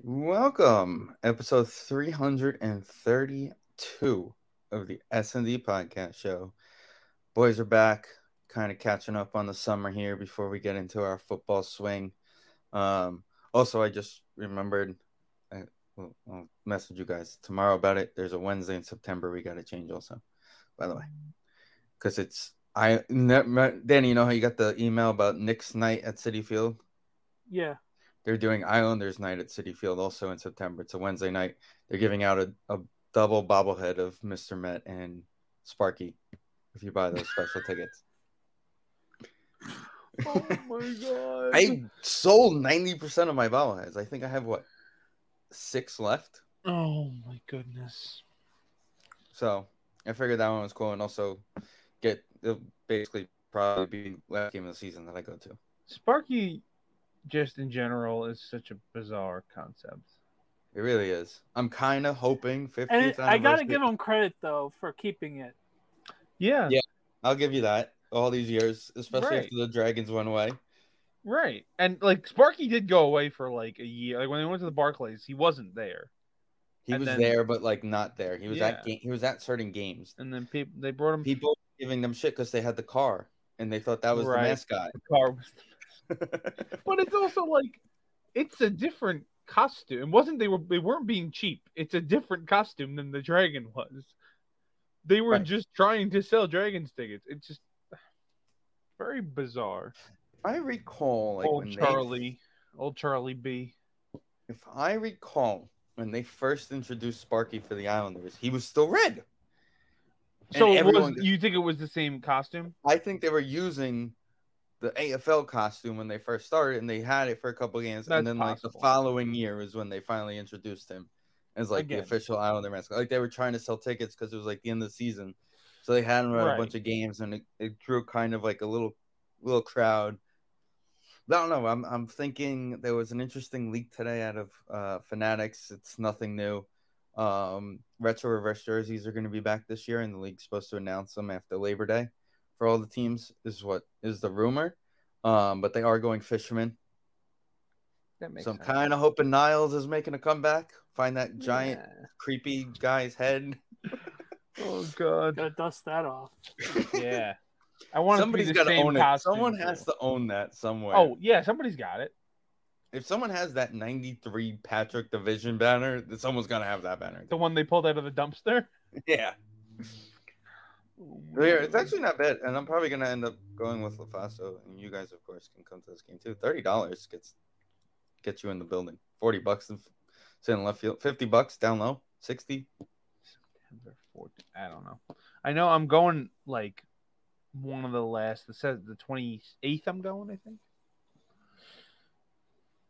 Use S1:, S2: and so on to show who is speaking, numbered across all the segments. S1: Welcome, episode 332 of the S&D podcast show. Boys are back, kind of catching up on the summer here before we get into our football swing. Um, also, I just remembered, I, will I'll message you guys tomorrow about it. There's a Wednesday in September we got to change also, by the way, because it's, I, ne- Danny, you know how you got the email about Nick's night at City Field?
S2: Yeah.
S1: they're doing Islanders night at City Field also in September. It's a Wednesday night. They're giving out a, a double bobblehead of Mr. Met and Sparky if you buy those special tickets.
S2: Oh my god.
S1: I sold 90% of my bobbleheads. I think I have what six left.
S2: Oh my goodness.
S1: So I figured that one was cool and also get it'll basically probably be last game of the season that I go to.
S2: Sparky just in general is such a bizarre concept.
S1: It really is. I'm kind of hoping 50th.
S3: And it, I gotta
S1: anniversary-
S3: give him credit though for keeping it.
S2: Yeah,
S1: Yeah. I'll give you that. All these years, especially
S2: Right.
S1: after the Dragons went away.
S2: right. And like Sparky did go away for like a year. Like when they went to the Barclays, he wasn't there.
S1: He
S2: And
S1: was
S2: then-
S1: there, but like not there. He was at game. He was at certain games.
S2: And then people they brought him
S1: People were giving them shit because they had the car and they thought that was
S2: Right.
S1: the mascot.
S2: the car. But it's also like it's a different costume. It wasn't they were they weren't being cheap. It's a different costume than the dragon was. They were
S1: Right.
S2: just trying to sell dragons tickets. It's just very bizarre.
S1: I recall, like,
S2: old
S1: when they-
S2: Charlie, old Charlie B.
S1: if I recall, when they first introduced Sparky for the Islanders, he was still red. And
S2: So it was,
S1: everyone-
S2: you think it was the same costume?
S1: I think they were using the AFL costume when they first started, and they had it for a couple games,
S2: That's
S1: and then like
S2: possible.
S1: the following year is when they finally introduced him as like
S2: Again.
S1: the official Islander mascot. Like they were trying to sell tickets because it was like the end of the season, so they had him at
S2: Right.
S1: a bunch of games, and it, it drew kind of like a little little crowd. I don't know. I'm I'm thinking there was an interesting leak today out of uh, Fanatics. It's nothing new. Um, retro reverse jerseys are going to be back this year, and the league's supposed to announce them after Labor Day for all the teams. Is what is the rumor. Um, but they are going fisherman,
S2: That makes
S1: so I'm kind of hoping Niles is making a comeback. Find that giant creepy guy's head.
S2: Oh god.
S3: Gotta dust that off.
S2: Yeah. I want
S1: Somebody's
S2: to
S1: got to
S2: same
S1: own it. Oh,
S2: costume.
S1: Someone has to own that somewhere.
S2: Oh yeah, somebody's got it.
S1: if someone has that 93 Patrick Division banner, then someone's gonna have that banner.
S2: The one they pulled out of the dumpster.
S1: Yeah. Yeah, it's actually not bad, and I'm probably gonna end up going with Lafaso, and you guys, of course, can come to this game too. Thirty dollars gets gets you in the building. Forty bucks in sitting left field. Fifty bucks down low. Sixty.
S2: September 14th. I don't know. I know I'm going like one of the last. It says the 28th. I'm going. I think.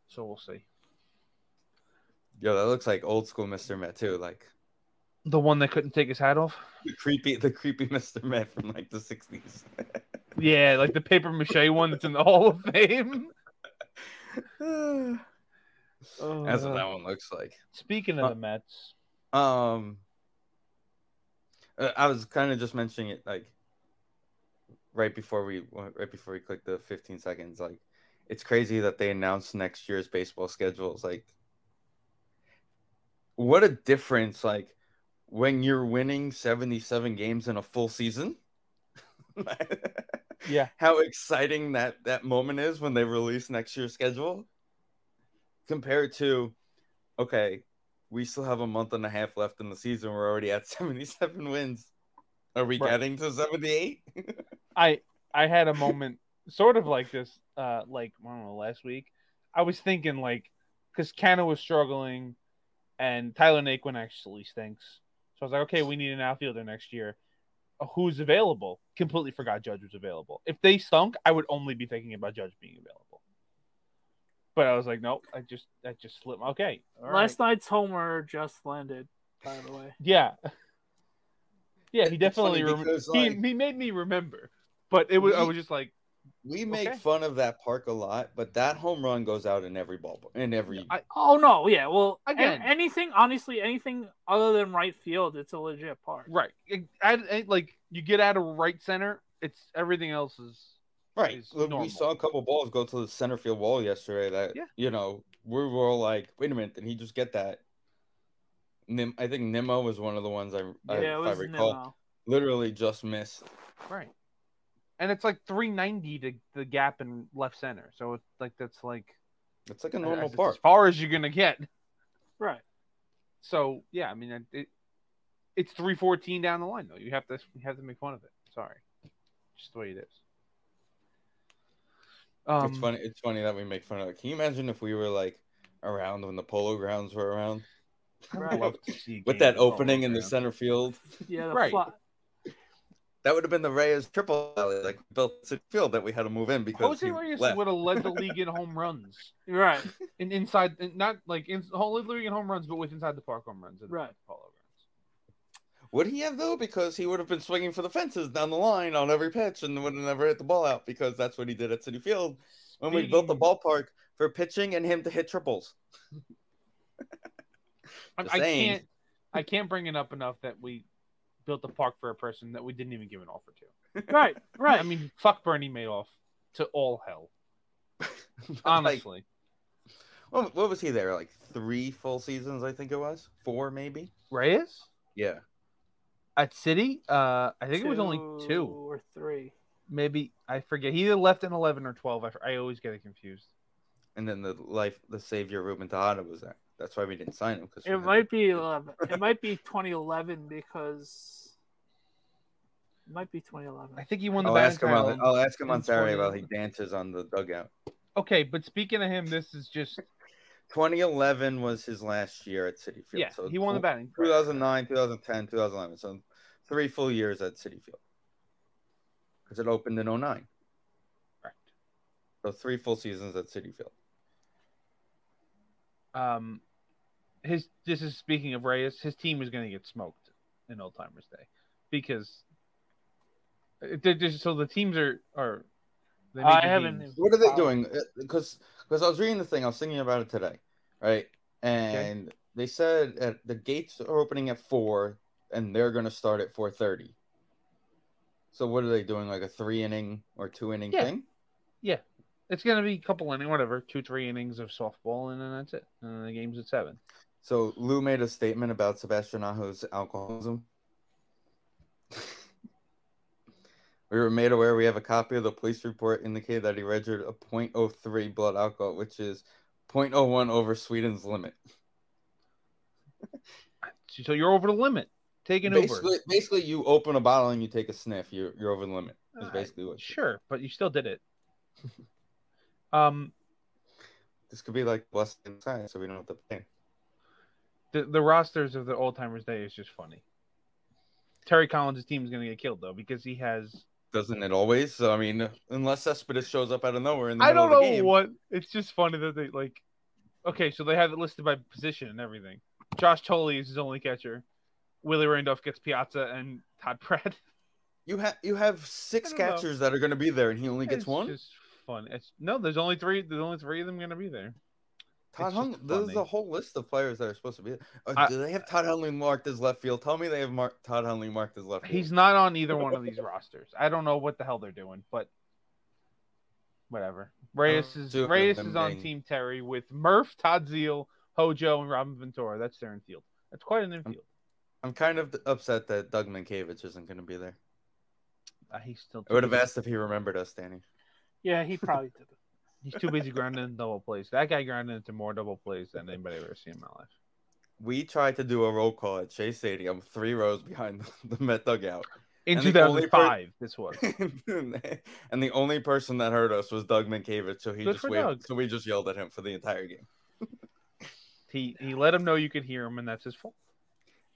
S2: So we'll see.
S1: Yo, that looks like old school Mr. Met too, like
S2: The one that couldn't take his hat off.
S1: the creepy, the creepy Mr. Met from like the sixties.
S2: Yeah, like the paper mache one that's in the Hall of Fame.
S1: That's
S2: Uh.
S1: what that one looks like.
S2: Speaking of the Mets,
S1: Um, uh, I was kind of just mentioning it like right before we right before we clicked the 15 seconds. Like, it's crazy that they announced next year's baseball schedules. Like, what a difference! Like, when you're winning 77 games in a full season.
S2: Yeah.
S1: How exciting that that moment is when they release next year's schedule compared to okay, we still have a month and a half left in the season. We're already at 77 wins. Are we
S2: Right.
S1: getting to 78?
S2: I I had a moment sort of like this, uh, like I don't know, last week. I was thinking like because Canna was struggling, and Tyler Naquin actually stinks. So I was like, okay, we need an outfielder next year. Uh, who's available. Completely forgot Judge was available. If they stunk, I would only be thinking about Judge being available. But I was like, nope, I just I just slipped. Okay, all right.
S3: Last night's homer just landed. By the way,
S2: yeah, yeah. He
S1: It's
S2: definitely
S1: funny
S2: rem-
S1: because,
S2: he,
S1: like-
S2: he made me remember. But it was I
S1: We-
S2: was just like
S1: We make
S2: Okay.
S1: fun of that park a lot, but that home run goes out in every ball in every
S2: I-
S3: oh no, yeah. Well, a-
S2: Again.
S3: anything honestly, anything other than right field, it's a legit park.
S2: right. It- I, I- like you get out of right center, it's everything else is
S1: right.
S2: is
S1: Look,
S2: normal.
S1: We saw a couple balls go to the center field wall yesterday. That
S2: Yeah.
S1: you know we were all like, wait a minute, did he just get that? Nim- I think Nimmo was one of the ones I, I
S3: Yeah, it
S1: Uh, if I
S3: was
S1: recall
S3: Nimmo.
S1: literally just missed.
S2: right. And it's like 390 to the gap in left center. So it's like that's like
S1: It's like a
S2: I- I-
S1: normal
S2: it's
S1: park.
S2: as far as you're gonna get.
S3: Right.
S2: So yeah, I mean it, it it's 314 down the line though. You have to you have to make fun of it. Sorry, just the way it is. Um,
S1: it's funny. It's funny that we make fun of it. Can you imagine if we were like around when the polo grounds were around
S2: I'd
S3: Right.
S2: love to see a
S1: with
S2: game
S1: that
S2: with all
S1: opening
S2: those
S1: in the
S2: around.
S1: center field?
S3: Yeah. The
S2: Right.
S3: Fly,
S1: That would have been the Reyes triple alley, like built center field that we had to move in because
S2: Jose
S1: he
S2: Reyes
S1: left.
S2: would have led the league in home runs
S3: right.
S2: and inside, and not like in whole led the league in home runs, but with inside the park home runs and
S3: Right.
S2: polo runs.
S1: Would he have though? Because he would have been swinging for the fences down the line on every pitch and would have never hit the ball out because that's what he did at City Field when we built the
S2: Speaking-
S1: ballpark for pitching and him to hit triples.
S2: I,
S1: Just
S2: I
S1: saying.
S2: can't, I can't bring it up enough that we built the park for a person that we didn't even give an offer to.
S3: Right. Right.
S2: I mean, fuck Bernie Madoff to all hell.
S1: like,
S2: Honestly,
S1: what, what was he there? Like three full seasons, I think it was four, maybe.
S2: Reyes
S1: Yeah,
S2: at City, uh, I think it was only two,
S3: or three.
S2: maybe I forget. He either left in eleven or twelve. I, I always get it confused.
S1: and then the life, the savior Ruben Tejada was there. That's why we didn't sign him because
S3: It might be eleven. It might be twenty eleven because it might be twenty eleven.
S2: I think he won the
S1: I'll
S2: batting
S1: ask him.
S2: title.
S1: On, I'll ask him on
S2: in
S1: Saturday while
S2: 20.
S1: he dances on the dugout.
S2: Okay, but speaking of him, this is just
S1: 2011 was his last year at City Field.
S2: yeah, he won the
S1: tw-
S2: batting. title.
S1: 2009, 2010, 2011. So three full years at City Field because it opened in 09.
S2: Correct.
S1: So three full seasons at City Field.
S2: Um, his this is speaking of Reyes. His team is going to get smoked in Old Timers Day because it- they're just, so the teams are are. They
S3: I
S2: the
S3: haven't
S2: teams-
S3: even-
S1: What are they
S3: Wow.
S1: doing? Because because I was reading the thing, I was thinking about it today, right? And they said at the gates are opening at four, and they're going to start at four thirty. So what are they doing? Like a three inning or two inning
S2: Yeah.
S1: thing?
S2: It's going to be a couple innings, whatever, two three innings of softball, and then that's it. And then the game's at seven.
S1: So Lou made a statement about Sebastian Aho's alcoholism. we were made aware we have a copy of the police report indicated that he registered a 0.03 blood alcohol, which is 0.01 over Sweden's limit.
S2: So you're over the limit. Take an
S1: Basically, basically, you open a bottle and you take a sniff. You're you're over the limit.
S2: Uber.
S1: Is basically what.
S2: Sure, but you still did it. um,
S1: This could be like blessed in science, so we don't have to pay.
S2: the, the rosters of the Old Timers Day is just funny. Terry Collins' team is going to get killed though because he has
S1: Doesn't it always? So, I mean, unless Cespedes shows up out of nowhere in the
S2: I
S1: middle
S2: don't know
S1: of the game.
S2: what. It's just funny that they like. Okay, so they have it listed by position and everything. Josh Tolley is his only catcher. Willie Randolph gets Piazza and Todd Pratt.
S1: You have you have six
S2: I don't know.
S1: catchers that are going to be there, and he only gets
S2: it's
S1: one.
S2: Just fun. It's no. There's only three. There's only three of them gonna be there.
S1: Todd
S2: It's just
S1: Hunley. There's
S2: funny.
S1: a whole list of players that are supposed to be. there. Uh,
S2: I-
S1: do they have Todd Hunley marked as left field? Tell me they have marked Todd Hunley marked as left field.
S2: He's not on either one of these rosters. I don't know what the hell they're doing, but whatever. Reyes is
S1: Oh, Two of
S2: Reyes
S1: them
S2: is on
S1: being-
S2: Team Terry with Murph, Todd Zeal, Hojo, and Robin Ventura. That's their infield. That's quite an infield.
S1: I'm kind of upset that Doug Minkiewicz isn't going to be there.
S2: Uh, he's still.
S1: I would have
S2: too busy-
S1: asked if he remembered us, Danny.
S3: Yeah, he probably did. it.
S2: He's too busy grounding in double plays. That guy grounded into more double plays than anybody I've ever seen in my life.
S1: We tried to do a roll call at Chase Stadium, three rows behind the, the Met dugout,
S2: In
S1: And the only per-
S2: 2005, this was.
S1: and the only person that heard us was Doug Minkiewicz. So he
S2: Good
S1: just
S2: for
S1: waved,
S2: Doug.
S1: so we just yelled at him for the entire game.
S2: He he let him know you could hear him, and that's his fault.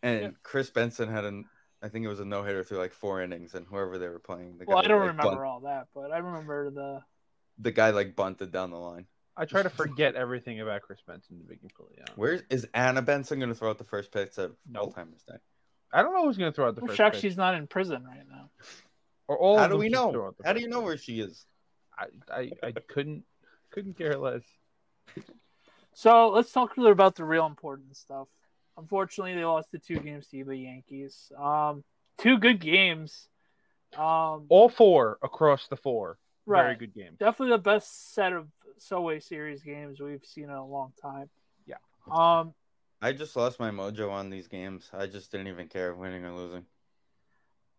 S1: And Chris Benson had an I think it was a no hitter through like four innings, and whoever they were playing, the
S3: Well, I
S1: guy,
S3: don't
S1: like,
S3: remember
S1: bunt-
S3: all that, but I remember the.
S1: the guy like bunted down the line.
S2: I try to forget everything about Chris Benson to be completely honest.
S1: Where is Anna Benson going to throw out the first pitch at
S2: No.
S1: all-time mistake?
S2: I don't know who's going to throw out the
S3: I'm
S2: first
S3: shocked
S2: pitch.
S3: she's not in prison right now.
S2: Or all
S1: How
S2: of
S1: do
S2: them
S1: we
S2: should throw
S1: know?
S2: out the
S1: How do
S2: first
S1: you know
S2: pitch.
S1: where she is?
S2: I, I, I couldn't couldn't care less.
S3: So let's talk a little about the real important stuff. Unfortunately, they lost the two games to the Yankees. Um, two good games. Um,
S2: All four across the four. Very
S3: right.
S2: good game.
S3: Definitely the best set of Subway Series games we've seen in a long time.
S2: Yeah.
S3: Um,
S1: I just lost my mojo on these games. I just didn't even care winning or losing.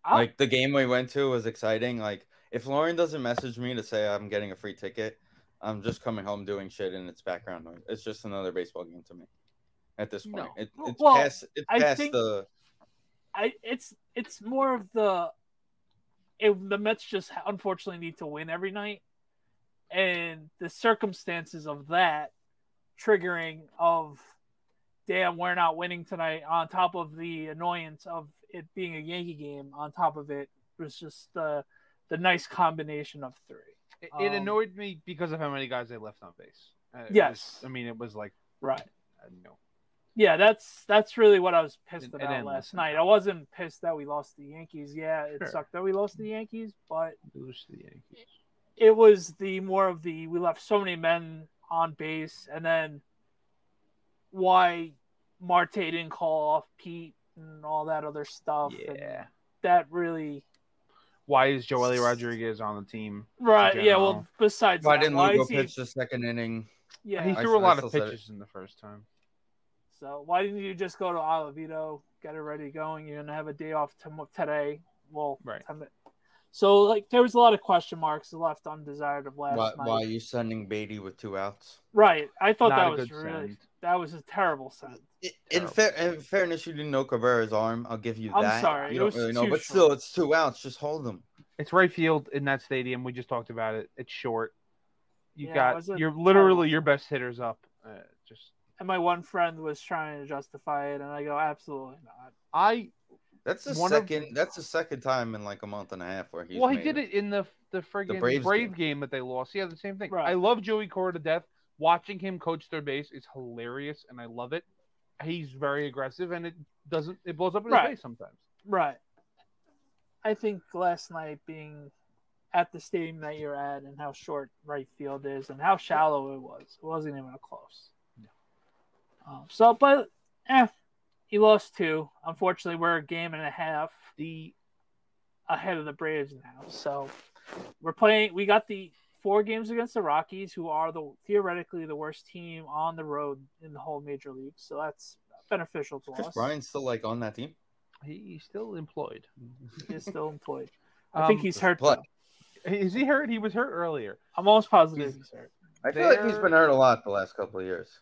S3: I'll-
S1: Like the game we went to was exciting. Like if Lauren doesn't message me to say I'm getting a free ticket, I'm just coming home doing shit and it's background noise. It's just another baseball game to me. At this point,
S2: No.
S1: it, it's
S3: Well,
S1: past it's
S3: I
S1: past
S3: think-
S1: the
S3: I it's it's more of the it, the Mets just unfortunately need to win every night, and the circumstances of that triggering of damn we're not winning tonight on top of the annoyance of it being a Yankee game on top of it was just the the nice combination of three.
S2: It,
S3: Um,
S2: it annoyed me because of how many guys they left on base. Uh, it was-
S3: Yes.
S2: I mean, it was like,
S3: Right.
S2: I don't know.
S3: Yeah, that's that's really what I was pissed
S2: An- an
S3: about
S2: endless
S3: last night. I wasn't pissed that we lost to the Yankees. Yeah, it
S2: Sure.
S3: sucked that we lost to the Yankees, but
S2: Lose to the Yankees.
S3: it was the more of the we left so many men on base and then why Marte didn't call off Pete and all that other stuff. and
S2: Yeah.
S3: that really
S2: Why is Joely Rodriguez on the team?
S3: right. Yeah.
S2: general.
S3: Well, besides
S1: why
S3: that,
S1: didn't
S3: why
S1: Lugo
S3: is he,
S1: pitch the second inning?
S3: Yeah.
S2: He
S1: I-
S2: threw a
S1: I
S2: lot
S1: still
S2: of
S1: said it.
S2: pitches in the first time.
S3: so why didn't you just go to Olivito, get it ready going? You're gonna have a day off tom- today. Well,
S2: Right.
S3: tom- so like there was a lot of question marks left undesired of last
S1: Why,
S3: night.
S1: why are you sending Beatty with two outs?
S3: Right. I thought
S2: Not a
S3: that was
S2: good
S3: really
S2: send.
S3: that was a terrible send.
S1: In, fair, in fairness, you didn't know Cabrera's arm. I'll give you
S3: I'm
S1: that.
S3: sorry,
S1: you
S3: it
S1: don't
S3: was
S1: really know,
S3: too
S1: but
S3: short.
S1: still, it's two outs. Just hold them.
S2: It's right field in that stadium. We just talked about it. It's short. You
S3: Yeah, it was a
S2: got you're literally your best hitters up. Uh, just
S3: And my one friend was trying to justify it, and I go, absolutely not.
S2: I
S1: That's the
S2: One of-
S1: second. That's the second time in like a month and a half where he's.
S2: well, he
S1: made
S2: did it in the the friggin'
S1: Braves
S2: Brave
S1: game.
S2: game. that they lost. Yeah, the same thing.
S3: Right.
S2: I love Joey Cora to death. Watching him coach their base is hilarious, and I love it. He's very aggressive, and it doesn't it blows up in
S3: Right.
S2: his face sometimes.
S3: Right. I think last night being at the stadium that you're at and how short right field is and how shallow it was, it wasn't even close.
S2: No.
S3: Um, so, but eh, he lost two. Unfortunately, we're a game and a half
S2: The
S3: ahead of the Braves now. So we're playing. We got the four games against the Rockies, who are the theoretically the worst team on the road in the whole major league. So that's beneficial to
S1: Chris
S3: us.
S1: Bryant's still like on that team.
S2: he- he's still employed.
S3: He is still employed. I think
S2: Um,
S3: he's hurt.
S1: Play.
S3: though.
S2: Is he hurt? He was hurt earlier.
S3: I'm almost positive he's hurt.
S1: I feel like he's
S2: They're-
S1: been hurt a lot the last couple of years.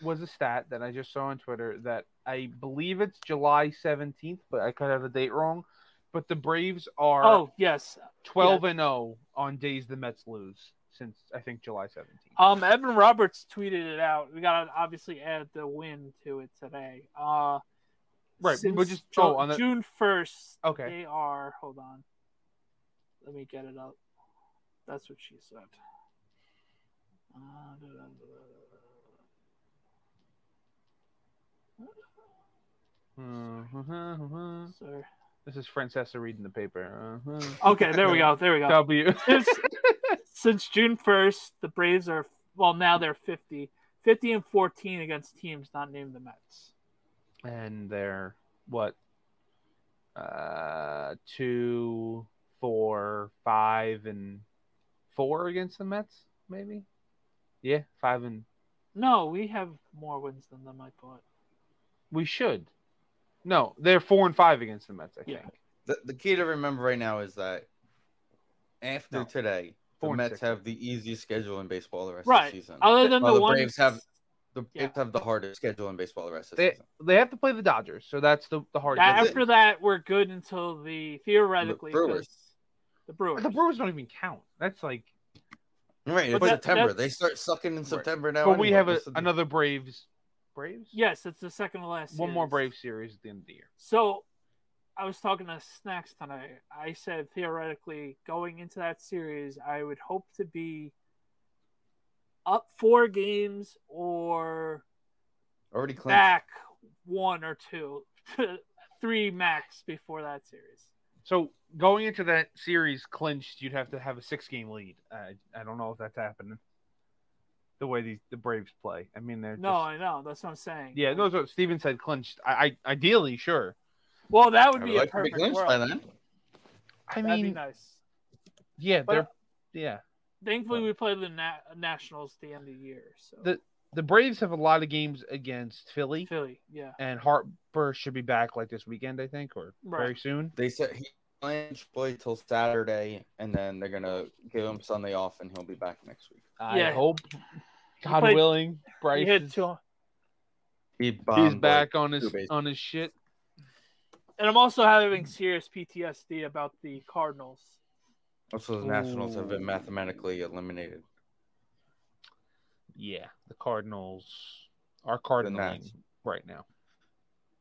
S2: was a stat that I just saw on Twitter that I believe it's July 17th, but I could have the date wrong. But the Braves are
S3: Oh yes.
S2: 12 and 0 on days the Mets lose since I think July 17th.
S3: Um, Evan Roberts tweeted it out. We got to obviously add the win to it today. Uh,
S2: Right,
S3: Since
S2: we'll just-
S3: Ju-
S2: oh, on the-
S3: June first.
S2: okay.
S3: They are. Hold on. Let me get it up. That's what she said. Uh, da, da, da, da, da. Sorry.
S2: Mm-hmm, This is Francesca reading the paper. Uh-huh.
S3: Okay, there we go. There we go.
S2: W.
S3: Since, since June 1st, the Braves are, well, now they're 50. 50 and 14 against teams not named the Mets.
S2: and they're what? Uh, two, four, five, and four against the Mets, maybe? Yeah, five and
S3: No, we have more wins than them, I thought.
S2: We should. No, they're four and five against the Mets. I
S3: Yeah.
S2: think.
S1: The, the key to remember right now is that after
S2: No.
S1: today,
S2: Four
S1: the
S2: and
S1: Mets
S2: six.
S1: have the easiest schedule in baseball the rest
S3: Right.
S1: of the season.
S3: Other than
S1: Well,
S3: the,
S1: the
S3: one.
S1: Braves have- the
S3: yeah.
S1: Braves have the hardest schedule in baseball the rest of the
S2: They
S1: season.
S2: they have to play the Dodgers, so that's the the hard.
S3: that-
S1: That's it.
S3: after that, we're good until the, theoretically,
S1: Brewers.
S3: 'cause the Brewers.
S2: the Brewers don't even count. That's like.
S1: Right,
S3: But
S1: it's
S3: that-
S1: September.
S3: that's-
S1: They start sucking in
S2: Right.
S1: September now.
S2: But we
S1: anyway.
S2: have a,
S1: This is the-
S2: another Braves. Braves.
S3: Yes, it's the second to last.
S2: One more
S3: series.
S2: Brave series at the end of the year.
S3: So I was talking to Snacks tonight. I said theoretically, going into that series, I would hope to be up four games or
S1: Already clinched.
S3: back one or two, three max before that series.
S2: So going into that series clinched, you'd have to have a six game lead. I I don't know if that's happening. The way these the Braves play, I mean, they're
S3: No,
S2: Just,
S3: I know that's what I'm saying.
S2: yeah, no. So Steven said clinched. I, I ideally sure.
S3: Well, that would
S1: I
S3: be
S1: would like
S3: a
S1: to be
S3: perfect
S1: clinched
S3: world.
S1: by then.
S2: I
S3: That'd be
S2: mean,
S3: nice.
S2: yeah,
S3: But-
S2: they're yeah.
S3: Thankfully,
S2: Well-
S3: we played the na- Nationals at the end of the year. So
S2: The- The Braves have a lot of games against Philly,
S3: Philly, yeah,
S2: and Harper should be back like this weekend, I think, or very
S3: Right.
S2: soon.
S1: They said he plans play till Saturday, and then they're gonna give him Sunday off, and he'll be back next week.
S2: I
S3: Yeah.
S2: hope, God
S3: played-
S2: willing, Bryce
S3: he hit
S2: is-
S3: two.
S1: He
S2: he's
S1: bombed, like,
S2: back on his
S1: two bases.
S2: on his shit.
S3: And I'm also having serious PTSD about the Cardinals.
S1: Also, the Nationals have been mathematically eliminated.
S2: Yeah, the Cardinals are
S1: Nats.
S2: cardinaling right now.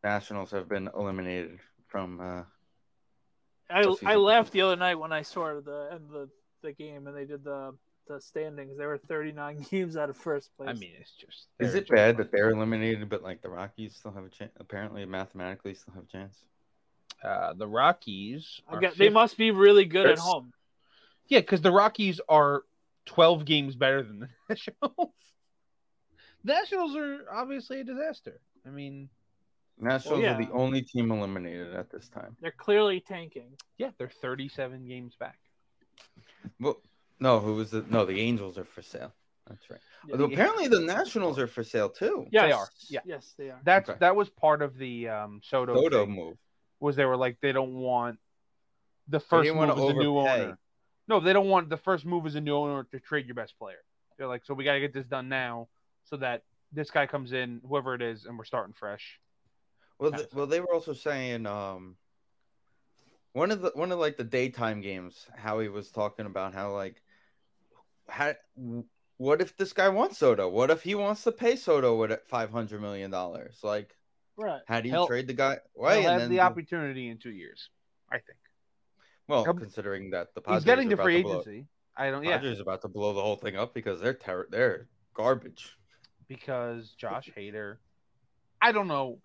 S1: Nationals have been eliminated from. Uh,
S3: I,
S1: Postseason.
S3: I laughed the other night when I saw the end of the, the game and they did the the standings. They were 39 games out of first place.
S2: I mean, it's just.
S1: is
S2: they're
S1: it
S2: just-
S1: bad that they're eliminated, but like the Rockies still have a chance? Apparently, mathematically, still have a chance.
S2: uh, the Rockies?
S3: I
S2: are
S3: guess they
S2: fifth-
S3: must be really good at
S1: First.
S3: home.
S2: Yeah, because the Rockies are twelve games better than the Nationals. Nationals are obviously a disaster. I mean,
S1: Nationals are
S3: yeah.
S1: the only team eliminated at this time.
S3: They're clearly tanking.
S2: yeah, they're thirty-seven games back.
S1: Well, no, who was the? No, the Angels are for sale. That's right.
S3: Yeah.
S1: Although apparently, the Nationals are for sale too.
S3: Yes.
S2: They are, yeah.
S3: Yes, they are.
S2: That's
S1: Okay.
S2: that was part of the um, Soto,
S1: Soto
S2: thing,
S1: move.
S2: was they were like they don't want the first
S1: didn't
S2: move
S1: wanna
S2: as a new
S1: overpay.
S2: owner. No, they don't want the first move as a new owner to trade your best player. They're like, so we got to get this done now, so that this guy comes in, whoever it is, and we're starting fresh.
S1: Well, th- well, they were also saying um, one of the one of like the daytime games. Howie was talking about how like, how what if this guy wants Soto? What if he wants to pay Soto what five hundred million dollars? Like,
S3: Right.
S1: how do you
S2: He'll-
S1: trade the guy? Why?
S2: He'll
S1: And
S2: have
S1: then
S2: the opportunity in two years. I think
S1: well,
S2: Come-
S1: considering that the Padres
S2: he's getting
S1: are
S2: the
S1: about
S2: free
S1: to blow,
S2: agency. I don't. Yeah,
S1: Padres are about to blow the whole thing up because they're ter- they're garbage.
S2: because Josh Hader. I don't know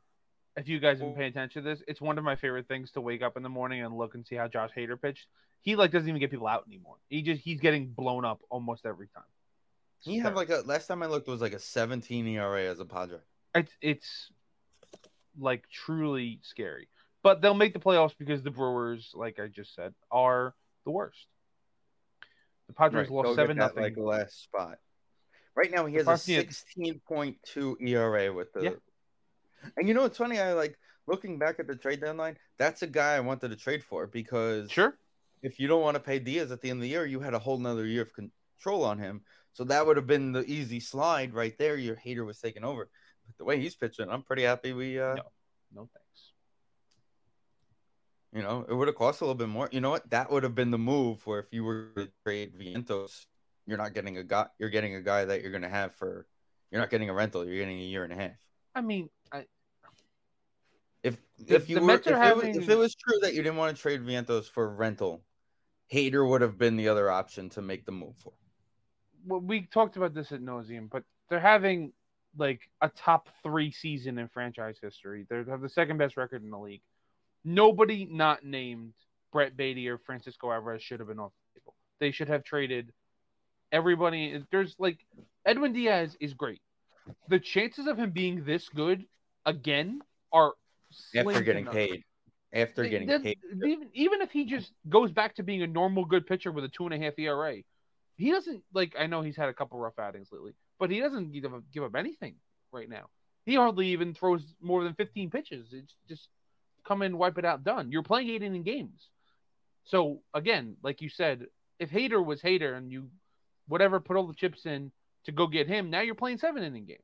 S2: if you guys have been paying attention to this. It's one of my favorite things to wake up in the morning and look and see how Josh Hader pitched. He like doesn't even get people out anymore. He just he's getting blown up almost every time. It's
S1: He had
S2: terrible.
S1: like a last time I looked it was like a seventeen ERA as a Padre.
S2: it's it's like truly scary. But they'll make the playoffs because the Brewers, like I just said, are the worst. The Padres
S1: Right,
S2: lost
S1: go get
S2: seven
S1: that,
S2: nothing.
S1: Like last spot. Right now he has a
S2: Department-
S1: sixteen point two ERA with the.
S2: Yeah.
S1: And you know what's funny? I like looking back at the trade deadline. That's a guy I wanted to trade for because
S2: Sure.
S1: if you don't want to pay Diaz at the end of the year, you had a whole nother year of control on him. So that would have been the easy slide right there. Your hater was taken over. But the way he's pitching, I'm pretty happy we. uh
S2: No. No thanks.
S1: You know, it would have cost a little bit more. You know what? That would have been the move where if you were to trade Vientos, you're not getting a guy. You're getting a guy that you're going to have for. You're not getting a rental. You're getting a year and a half.
S2: I mean, I,
S1: If
S2: The-
S1: if you
S2: the
S1: were,
S2: Mets
S1: if,
S2: are
S1: it was, if
S2: having-
S1: it was true that you didn't want to trade Vientos for rental, Hater would have been the other option to make the move for.
S2: well, we talked about this at nauseum, but they're having like a top three season in franchise history. They have the second best record in the league. Nobody not named Brett Beatty or Francisco Alvarez should have been off the table. They should have traded everybody. There's like Edwin Diaz is great. The chances of him being this good again are slim
S1: After
S2: to
S1: getting
S2: none.
S1: paid, after getting
S2: That-
S1: paid,
S2: Even, even if he just goes back to being a normal good pitcher with a two and a half ERA, he doesn't like. I know he's had a couple rough outings lately, but he doesn't give up, give up anything right now. He hardly even throws more than 15 pitches. It's just come in, wipe it out, done. You're playing eight inning games. So again, like you said, if Hater was Hater and you whatever put all the chips in to go get him, now you're playing seven inning games.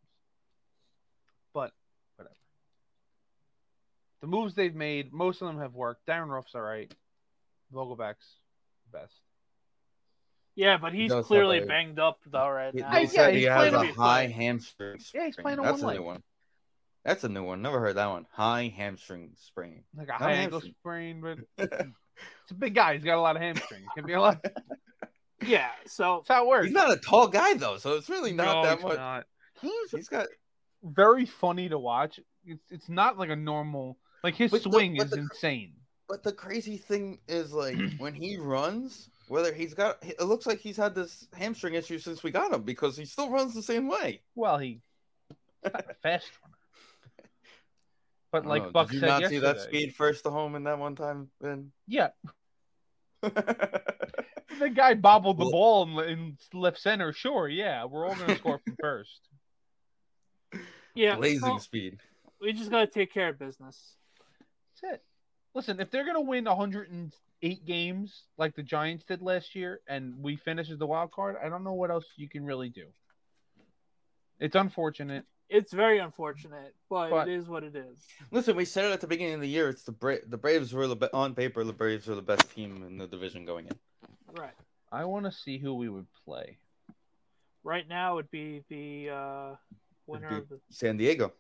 S2: But whatever. The moves they've made, most of them have worked. Darren Ruff's all right. Vogelback's the best.
S3: Yeah, but
S1: He
S3: he's
S1: does have
S3: clearly
S1: a-
S3: banged up though right
S1: He-
S3: now.
S1: they
S2: yeah,
S1: said he
S2: he's
S1: has
S2: playing
S1: a
S2: a-
S1: high hamstring.
S2: Yeah, he's playing a
S1: That's a
S2: one
S1: new
S2: leg.
S1: one. That's a new one. Never heard that one. High hamstring sprain.
S2: Like a high ankle sprain, but it's a big guy. He's got a lot of hamstring. It can be a lot. That's
S3: Yeah, so
S2: how it works.
S1: He's not a tall guy though, so it's really not
S2: No,
S1: that
S2: he's
S1: much.
S2: not. He's
S1: He's got
S2: very funny to watch. It's it's not like a normal like his
S1: But the-
S2: swing
S1: but
S2: is
S1: the-
S2: insane.
S1: But the crazy thing is, like, when he runs, whether he's got it looks like he's had this hamstring issue since we got him because he still runs the same way.
S2: Well, he he's not a fast runner. But like
S1: Oh,
S2: Buck
S1: did you
S2: said
S1: not
S2: yesterday,
S1: see that speed first to home in that one time, Ben?
S2: yeah, the guy bobbled the
S1: Well-
S2: ball in, in left center. Sure, yeah, we're all gonna score from first.
S3: yeah,
S1: Blazing
S3: well,
S1: speed.
S3: we just gotta take care of business.
S2: That's it. Listen, if they're gonna win 108 games like the Giants did last year, and we finish as the wild card, I don't know what else you can really do. It's unfortunate.
S3: It's very unfortunate, but,
S2: But-
S3: it is what it is.
S1: Listen, we said it at the beginning of the year. It's the Bra- the Braves were the be- on paper the Braves were the best team in the division going in.
S3: Right.
S2: I want to see who we would play.
S3: Right now would be the uh winner
S1: be-
S3: of the
S1: San Diego.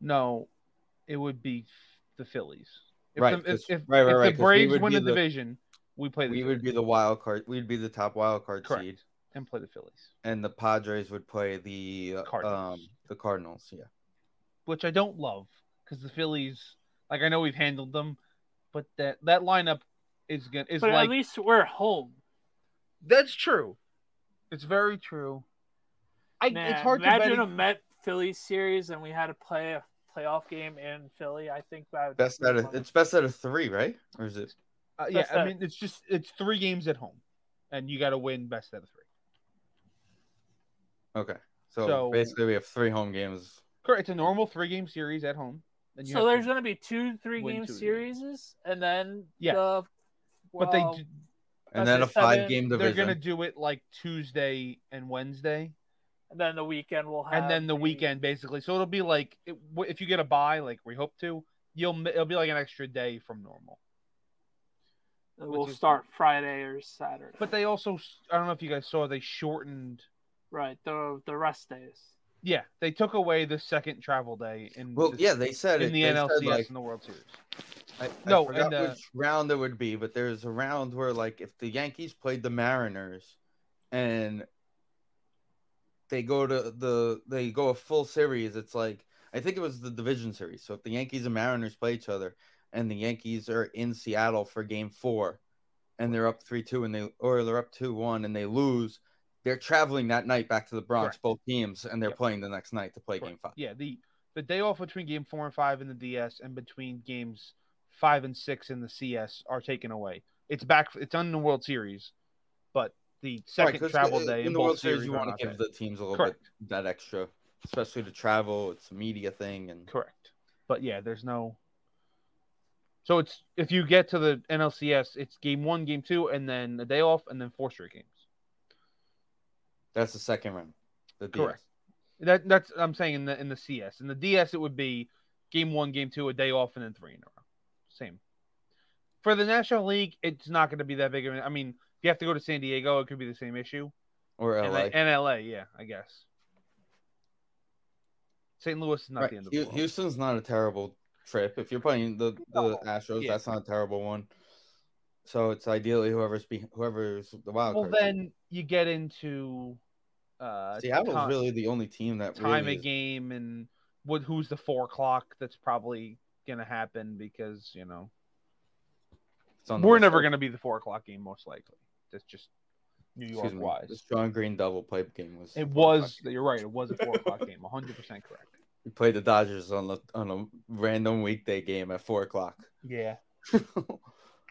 S2: No, it would be the Phillies. If
S1: Right,
S2: The, if,
S1: 'cause-
S2: if,
S1: right, right,
S2: if
S1: right,
S2: the
S1: 'cause we
S2: Braves
S1: would
S2: win
S1: be
S2: the,
S1: the-
S2: division, we play the
S1: We would be the wild card. We'd be the top wild card
S2: correct
S1: seed,
S2: and play the Phillies,
S1: and the Padres would play the uh,
S2: Cardinals.
S1: um the Cardinals. Yeah.
S2: which I don't love because the Phillies, like I know we've handled them, but that that lineup is gonna is
S3: But
S2: like
S3: at least we're home.
S2: that's true. It's very true. I
S3: Nah,
S2: it's hard to bet.
S3: imagine a
S2: ag-
S3: Met Philly series and we had to play a playoff game in Philly. I think that would
S1: Best
S3: be
S1: out of
S3: fun.
S1: it's best out of three, right? Or is it?
S2: uh, yeah,
S3: that's
S2: I
S3: that.
S2: mean it's just it's three games at home, and you got to win best out of three.
S1: Okay. So,
S2: So-
S1: basically, we have three home games.
S2: Correct. It's a normal three game series at home. And you
S3: so
S2: have
S3: there's
S2: to-
S3: going to be two three
S2: win
S3: game
S2: two of
S3: series, and then
S2: Yeah.
S3: the,
S2: but they
S3: well,
S2: do,
S1: And
S3: That's
S1: then
S3: it,
S1: a five game
S2: they're
S1: division.
S2: gonna do it like Tuesday and Wednesday,
S3: and then the weekend will have
S2: and then the
S3: a-
S2: weekend basically. So it'll be like it, w- if you get a buy, like we hope to, you'll mi- it'll be like an extra day from normal.
S3: We'll
S2: which is-
S3: start Friday or Saturday.
S2: But they also, s- I don't know if you guys saw, they shortened.
S3: right the the rest days.
S2: Yeah, they took away the second travel day in
S1: well,
S2: the,
S1: yeah, they said
S2: in
S1: it.
S2: the
S1: they
S2: NLCS
S1: Said, like,
S2: in the World Series.
S1: I,
S2: no,
S1: I forgot
S2: and, uh,
S1: which round it would be, but there's a round where like if the Yankees played the Mariners, and they go to the they go a full series. It's like I think it was the division series. So if the Yankees and Mariners play each other, and the Yankees are in Seattle for Game Four, and they're up three two, and they or they're up two one, and they lose. They're traveling that night back to the Bronx,
S2: Correct.
S1: both teams, and they're
S2: Yep.
S1: playing the next night to play
S2: Correct.
S1: Game Five.
S2: Yeah, the the day off between game four and five in the DS and between games five and six in the CS are taken away. It's back. It's on the World Series, but the
S1: Right,
S2: second
S1: 'cause
S2: travel
S1: i-
S2: day
S1: in the
S2: both
S1: World Series, you
S2: are
S1: want
S2: not
S1: to give
S2: bad.
S1: the teams a little
S2: Correct.
S1: bit that extra, especially to travel. It's a media thing, and
S2: correct. But yeah, there's no. So it's if you get to the NLCS, it's game one, game two, and then a day off, and then four straight games.
S1: that's the second round. The DS.
S2: Correct. That that's I'm saying in the in the CS. In the DS, it would be game one, game two, a day off, and then three in a row. Same. For the National League, it's not going to be that big of an. I mean, if you have to go to San Diego, it could be the same issue.
S1: Or LA.
S2: And, like- and LA, yeah, I guess. St. Louis is not
S1: Right.
S2: the end of the
S1: Hu-
S2: world.
S1: Houston's not a terrible trip. If you're playing the, the
S2: No,
S1: Astros,
S2: yeah.
S1: that's not a terrible one. So it's ideally whoever's be, whoever's the wild
S2: well,
S1: card.
S2: then you get into uh,
S1: Seattle's
S2: ti-
S1: really the only team that
S2: time
S1: really
S2: of
S1: is-
S2: game and what who's the four o'clock that's probably going to happen because you know
S1: it's on the
S2: We're
S1: West
S2: never
S1: Coast.
S2: going to be the four o'clock game, most likely. That's just New York
S1: Excuse me. The
S2: wise.
S1: Strong Green double play game was
S2: It was. You're right. It was a four o'clock game. 100 percent correct.
S1: We played the Dodgers on the, on a random weekday game at four o'clock.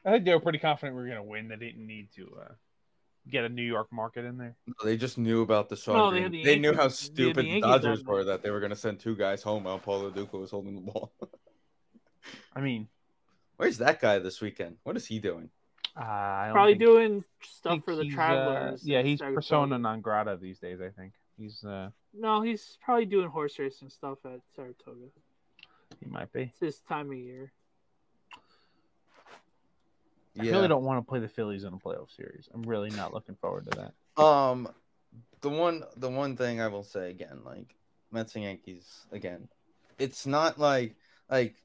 S2: Yeah, I think they were pretty confident we were going to win. They didn't need to uh, get a New York market in there.
S1: No, They just knew about the Sean
S3: No, they
S1: Green.
S3: had
S1: They,
S3: the
S1: knew how
S3: Yankees- they had the
S1: stupid the,
S3: Yankees
S1: Dodgers
S3: on
S1: were
S3: them.
S1: that they were going to send two guys home while Paulo Duca was holding the ball.
S2: I mean,
S1: Where's that guy this weekend? What is he doing?
S2: uh, I don't
S3: Probably
S2: think-
S3: doing
S2: I
S3: stuff
S2: think
S3: for the
S2: he's, uh,
S3: travelers.
S2: yeah,
S3: and
S2: he's
S3: stuff.
S2: persona non grata these days. I think he's. uh
S3: No, he's probably doing horse racing stuff at Saratoga.
S2: He might be.
S3: It's his time of year.
S2: I really don't want to play the Phillies in a playoff series. I'm really not looking forward to that.
S1: Um, the one the one thing I will say again, like Mets and Yankees again. It's not like like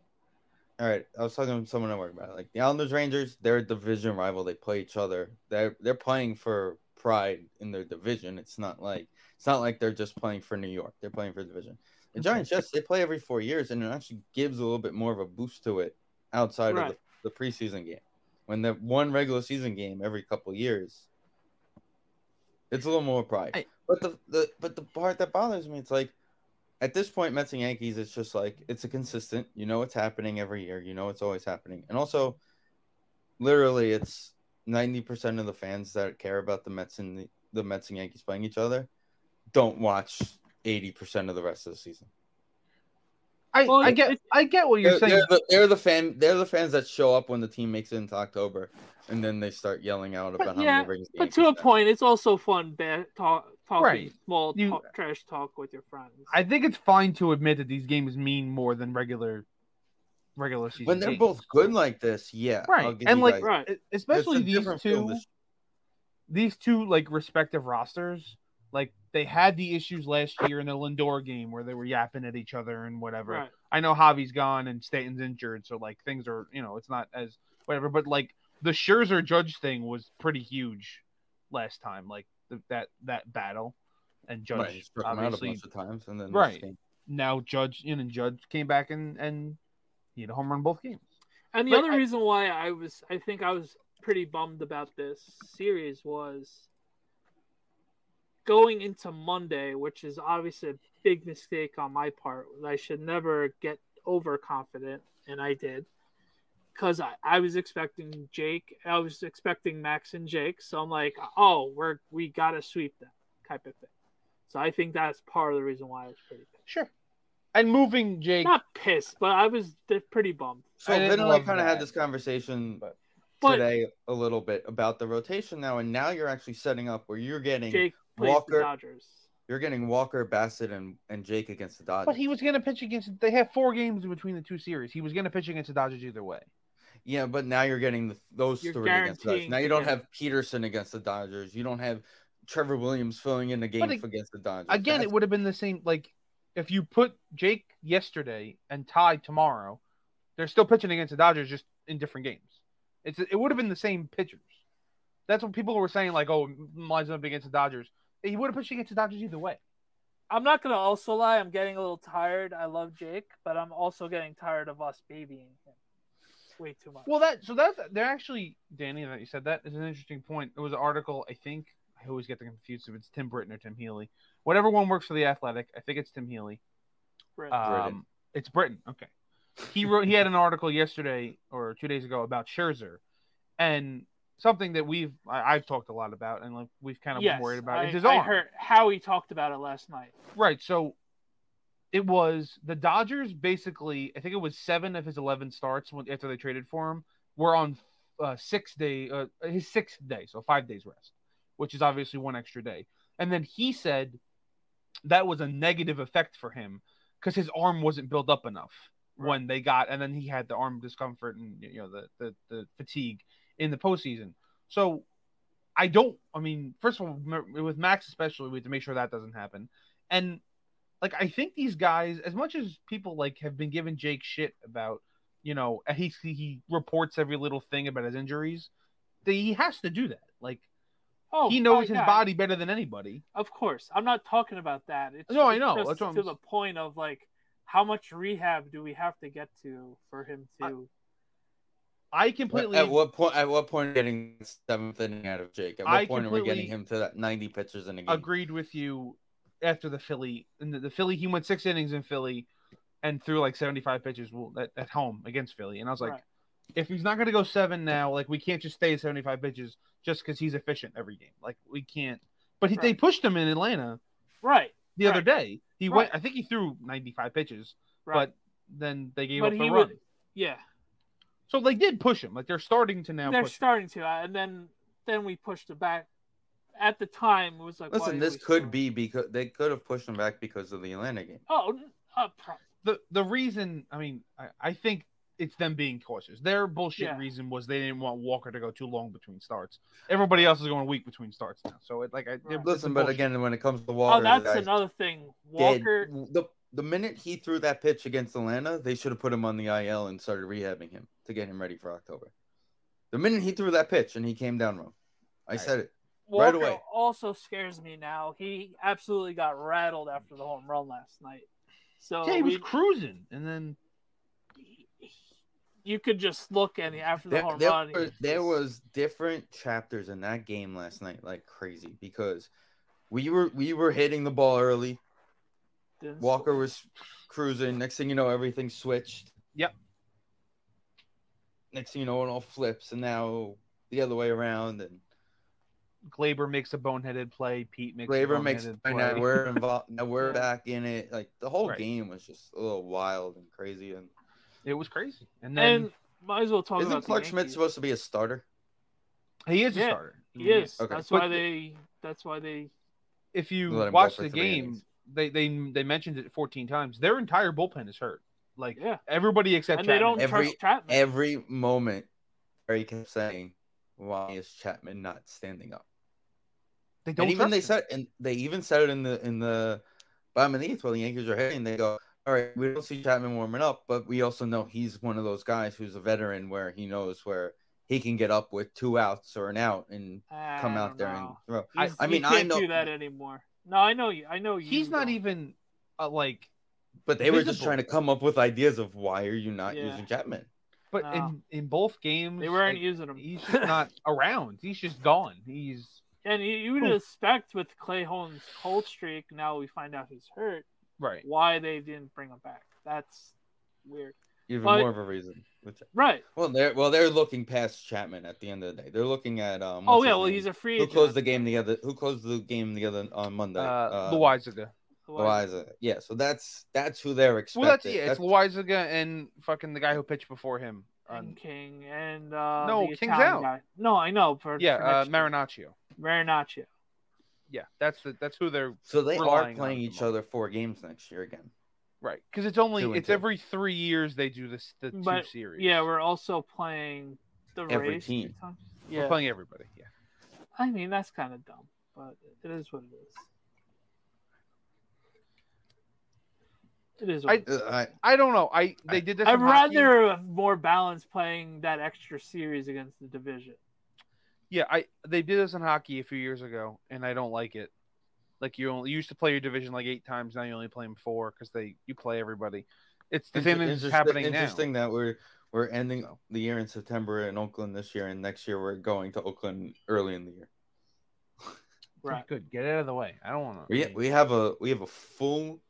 S1: all right, I was talking to someone at work about it. Like the Islanders Rangers, they're a division rival. They play each other. They're they're playing for pride in their division. It's not like it's not like they're just playing for New York. They're playing for the division. The Giants, yes, they play every four years, and it actually gives a little bit more of a boost to it outside of
S3: Right.
S1: the, the preseason game. When the one regular season game every couple years, it's a little more pride.
S4: I-
S1: but the, the but the part that bothers me, it's like at this point, Mets and Yankees, it's just like it's a consistent. You know, it's happening every year. You know, it's always happening. And also, literally, it's ninety percent of the fans that care about the Mets and the, the Mets and Yankees playing each other don't watch eighty percent of the rest of the season.
S2: I,
S3: Well,
S2: I get
S3: it-
S2: I get what
S1: They're,
S2: you're saying.
S1: they're the, they're the fan. They're the fans that show up when the team makes it into October, and then they start yelling out about how
S3: yeah,
S1: many rings. the
S3: But to a
S1: Yankees have.
S3: point, it's also fun ba- talk, talking
S2: Right.
S3: small
S2: You-
S3: talk, trash talk with your friends.
S2: I think it's fine to admit that these games mean more than regular regular season.
S1: when they're
S2: games.
S1: both good like this, yeah, I'll
S2: right,
S1: give
S2: and
S1: you
S2: like
S1: guys-
S3: Right.
S2: e-
S1: it's a
S2: especially these
S1: different feel
S2: two,
S1: this-
S2: these two like respective rosters, like they had the issues last year in the Lindor game where they were yapping at each other and whatever.
S3: right.
S2: I know Javi's gone and Stanton's injured, so like things are, you know, it's not as whatever. But like the Scherzer Judge thing was pretty huge last time, like th- that that battle, and Judge
S1: Right, he struck 'em out a
S2: obviously
S1: bunch of times, and then
S2: Right. now Judge in and Judge came back and and he had a home run both games.
S3: And the
S2: Like,
S3: other
S2: I-
S3: reason why I was, I think I was pretty bummed about this series was going into Monday, which is obviously a big mistake on my part. I should never get overconfident, and I did. Because I, I was expecting Jake, I was expecting Max and Jake, so I'm like, oh, we're we gotta sweep them, type of thing. So I think that's part of the reason why I was pretty pissed.
S2: Sure. And moving Jake,
S3: not pissed, but I was d- pretty bummed.
S1: So
S2: I
S1: Vin
S2: didn't
S1: and I
S2: love
S1: kind of
S2: that.
S1: had this conversation
S2: But-
S3: But-
S1: today a little bit about the rotation now, and now you're actually setting up where you're getting
S3: Jake plays
S1: Walker-
S3: the Dodgers.
S1: you're getting Walker, Bassett, and, and Jake against the Dodgers.
S2: but he was going to pitch against. They had four games in between the two series. He was going to pitch against the Dodgers either way.
S1: yeah, but now you're getting the, those
S3: You're
S1: three against the Dodgers.
S3: guaranteeing
S1: Now you
S3: to
S1: don't
S3: get-
S1: have Peterson against the Dodgers. You don't have Trevor Williams filling in the game
S2: ag-
S1: against the Dodgers.
S2: Again, it
S1: That's-
S2: would have been the same. Like if you put Jake yesterday and Ty tomorrow, they're still pitching against the Dodgers, just in different games. It's it would have been the same pitchers. That's what people were saying. Like, oh, lines up against the Dodgers. He would have pitched against the Dodgers either way.
S3: I'm not gonna also lie. I'm getting a little tired. I love Jake, but I'm also getting tired of us babying him way too much.
S2: Well, that so that they're actually Danny that you said that is an interesting point. It was an article I think I always get them confused if it's Tim Britton or Tim Healy. Whatever one works for the Athletic, I think it's Tim Healy.
S3: Right.
S2: Um, it's Britton. Okay, he wrote he had an article yesterday or two days ago about Scherzer, and something that we've I, I've talked a lot about and like we've kind of
S3: yes,
S2: been worried about
S3: I,
S2: is his
S3: I
S2: arm.
S3: heard how he talked about it last night.
S2: Right. So it was the Dodgers basically, I think it was seven of his 11 starts when, after they traded for him were on uh, six day, uh, his sixth day. So five days rest, which is obviously one extra day. And then he said that was a negative effect for him because his arm wasn't built up enough when they got, and then he had the arm discomfort and, you know, the, the, the fatigue in the postseason. So I don't, I mean, first of all, m- with Max especially, we have to make sure that doesn't happen and like I think these guys, as much as people like have been giving Jake shit about, you know, he he reports every little thing about his injuries, they, he has to do that. Like
S3: Oh,
S2: he
S3: my
S2: knows his
S3: God.
S2: body better than anybody.
S3: Of course, I'm not talking about that. It's,
S2: No, I
S3: it's
S2: know.
S3: just
S2: That's what I'm
S3: to
S2: s-
S3: the point of like, how much rehab do we have to get to for him to?
S2: I- I completely
S1: At what point? At what point are we getting seventh inning out of Jake? At what
S2: I
S1: point are we getting
S2: completely
S1: him to that ninety pitches in a game?
S2: agreed with you after the Philly in the, the Philly he went six innings in Philly and threw like 75 pitches well, at, at home against Philly and I was like
S3: Right.
S2: if he's not going to go 7 now like we can't just stay at 75 pitches just cuz he's efficient every game like we can't but he, they
S3: Right.
S2: pushed him in Atlanta
S3: Right,
S2: the other
S3: Right.
S2: day he
S3: Right.
S2: went I think he threw 95 pitches
S3: right.
S2: but then they gave
S3: But
S2: up a
S3: he
S2: run
S3: would- yeah,
S2: so they did push him like they're starting to now
S3: they're
S2: push him.
S3: starting to, uh, and then then we pushed it back. At the time, it was like, why
S1: Listen,
S3: are
S1: this
S3: we
S1: could
S3: still-
S1: be because they could have pushed him back because of the Atlanta game.
S3: Oh, n- uh, pro-
S2: the the reason I mean I, I think it's them being cautious. Their bullshit
S3: Yeah.
S2: reason was they didn't want Walker to go too long between starts. Everybody else is going a week between starts now. So it like I
S3: Right.
S1: Listen, but again, when it comes to Walker,
S3: Oh, that's
S1: I
S3: another thing.
S1: did-
S3: Walker.
S1: the the minute he threw that pitch against Atlanta, they should have put him on the IL and started rehabbing him to get him ready for October. The minute he threw that pitch and he came down wrong, I
S2: Right.
S1: said it. right
S3: Walker
S1: away.
S3: also scares me now. He absolutely got rattled after the home run last night. So
S2: yeah, he was
S3: Oh, we-
S2: cruising, and then
S3: you could just look and after the
S1: There,
S3: home
S1: there
S3: run,
S1: were-
S3: he
S1: there
S3: just-
S1: was different chapters in that game last night, like crazy, because we were we were hitting the ball early.
S3: didn't
S1: Walker
S3: score.
S1: was cruising. Next thing you know, everything switched.
S2: Yep.
S1: Next thing you know, it all flips, and now the other way around, and
S2: Glaber makes a boneheaded play. Pete makes a
S1: Glaber makes
S2: boneheaded
S1: and
S2: play.
S1: now we're involved. Now we're
S3: Yeah.
S1: back in it. Like the whole
S2: Right.
S1: game was just a little wild and crazy. And
S2: It was crazy, and then
S3: And might as well talk
S1: isn't
S3: about
S1: Clark
S3: the
S1: Schmidt
S3: Yankees.
S1: supposed to be a starter?
S2: he is a
S3: Yeah,
S2: starter.
S3: He is.
S1: Okay.
S3: That's
S2: But-
S3: why they. That's why they.
S2: If you
S1: Let him go
S2: watch
S1: for
S2: the
S1: three
S2: game,
S1: innings.
S2: they, they they mentioned it 14 times. Their entire bullpen is hurt. Like
S3: Yeah,
S2: everybody except
S3: and they
S2: Chapman.
S3: don't
S1: Every-
S3: trust Chapman.
S1: Every moment, Barry kept saying, "Why is Chapman not standing up?"
S2: They
S1: and even
S2: trust
S1: they
S2: him.
S1: said, and they even said it in the in the bottom of the eighth while the Yankees are hitting. They go, "All right, we don't see Chapman warming up, but we also know he's one of those guys who's a veteran where he knows where he can get up with two outs or an out and
S3: I
S1: come out
S3: don't
S1: there and
S3: know.
S1: throw."
S2: I-
S3: He's-
S1: I
S3: he
S1: mean, I
S3: can't
S1: know-
S3: do that anymore. No, I know you. I know you.
S2: he's not
S3: don't.
S2: even uh, like
S1: But they were just
S2: visible.
S1: trying to come up with ideas of why are you not
S3: Yeah.
S1: using Chapman?
S2: but
S3: No.
S2: in in both games
S3: They weren't
S2: like,
S3: using him.
S2: he's just not around. He's just gone. He's
S3: and you, you would
S2: Oof.
S3: expect with Clay Holmes' cold streak, now we find out he's hurt,
S2: right.
S3: why they didn't bring him back. That's weird.
S1: Even
S3: But-
S1: more of a reason. Which,
S3: Right.
S1: well, they're well, they're looking past Chapman at the end of the day. They're looking at um.
S3: oh,
S1: what's
S3: yeah.
S1: his
S3: Well,
S1: name?
S3: he's a free
S1: who
S3: agent.
S1: closed the game the other. Who closed the game the other on Monday?
S2: Uh, uh,
S1: Um,
S2: Loizaga.
S3: Otherwise-
S1: Loaiza. Yeah, so that's that's who they're expecting.
S2: Well, that's yeah. It's Loizaga and fucking the guy who pitched before him.
S3: and
S2: On,
S3: King and uh,
S2: No,
S3: the
S2: King's
S3: Italian
S2: out.
S3: guy. No, I know. For,
S2: yeah,
S3: for
S2: uh,
S3: next year.
S2: Marinaccio.
S3: Marinaccio.
S2: Yeah, that's the that's who they're
S1: so they are
S2: relying on
S1: playing
S2: them
S1: each
S2: all.
S1: other four games next year again.
S2: right because it's only
S1: Two and
S2: it's
S1: two.
S2: every three years they do this the two
S3: But,
S2: series.
S3: Yeah, we're also playing the
S1: Every
S3: Rays
S1: team.
S3: two times.
S2: We're
S3: Yeah,
S2: playing everybody. Yeah,
S3: I mean that's kind of dumb, but it is what it is. It is. What
S2: I-
S3: it is.
S1: Uh, I,
S2: I don't know. I they did this.
S3: I'd
S2: in hockey.
S3: rather have more balance playing that extra series against the division.
S2: Yeah, I they did this in hockey a few years ago, and I don't like it. Like you only you used to play your division like eight times. Now you only play them four because they you play everybody. It's the
S1: Inter-
S2: same thing that's
S1: interest-
S2: happening
S1: interesting that we're we're ending the year in September in Oakland this year, and next year we're going to Oakland early in the year.
S2: now.
S3: Right.
S2: Good, get out of the way. I don't want to.
S1: We we have a we have a full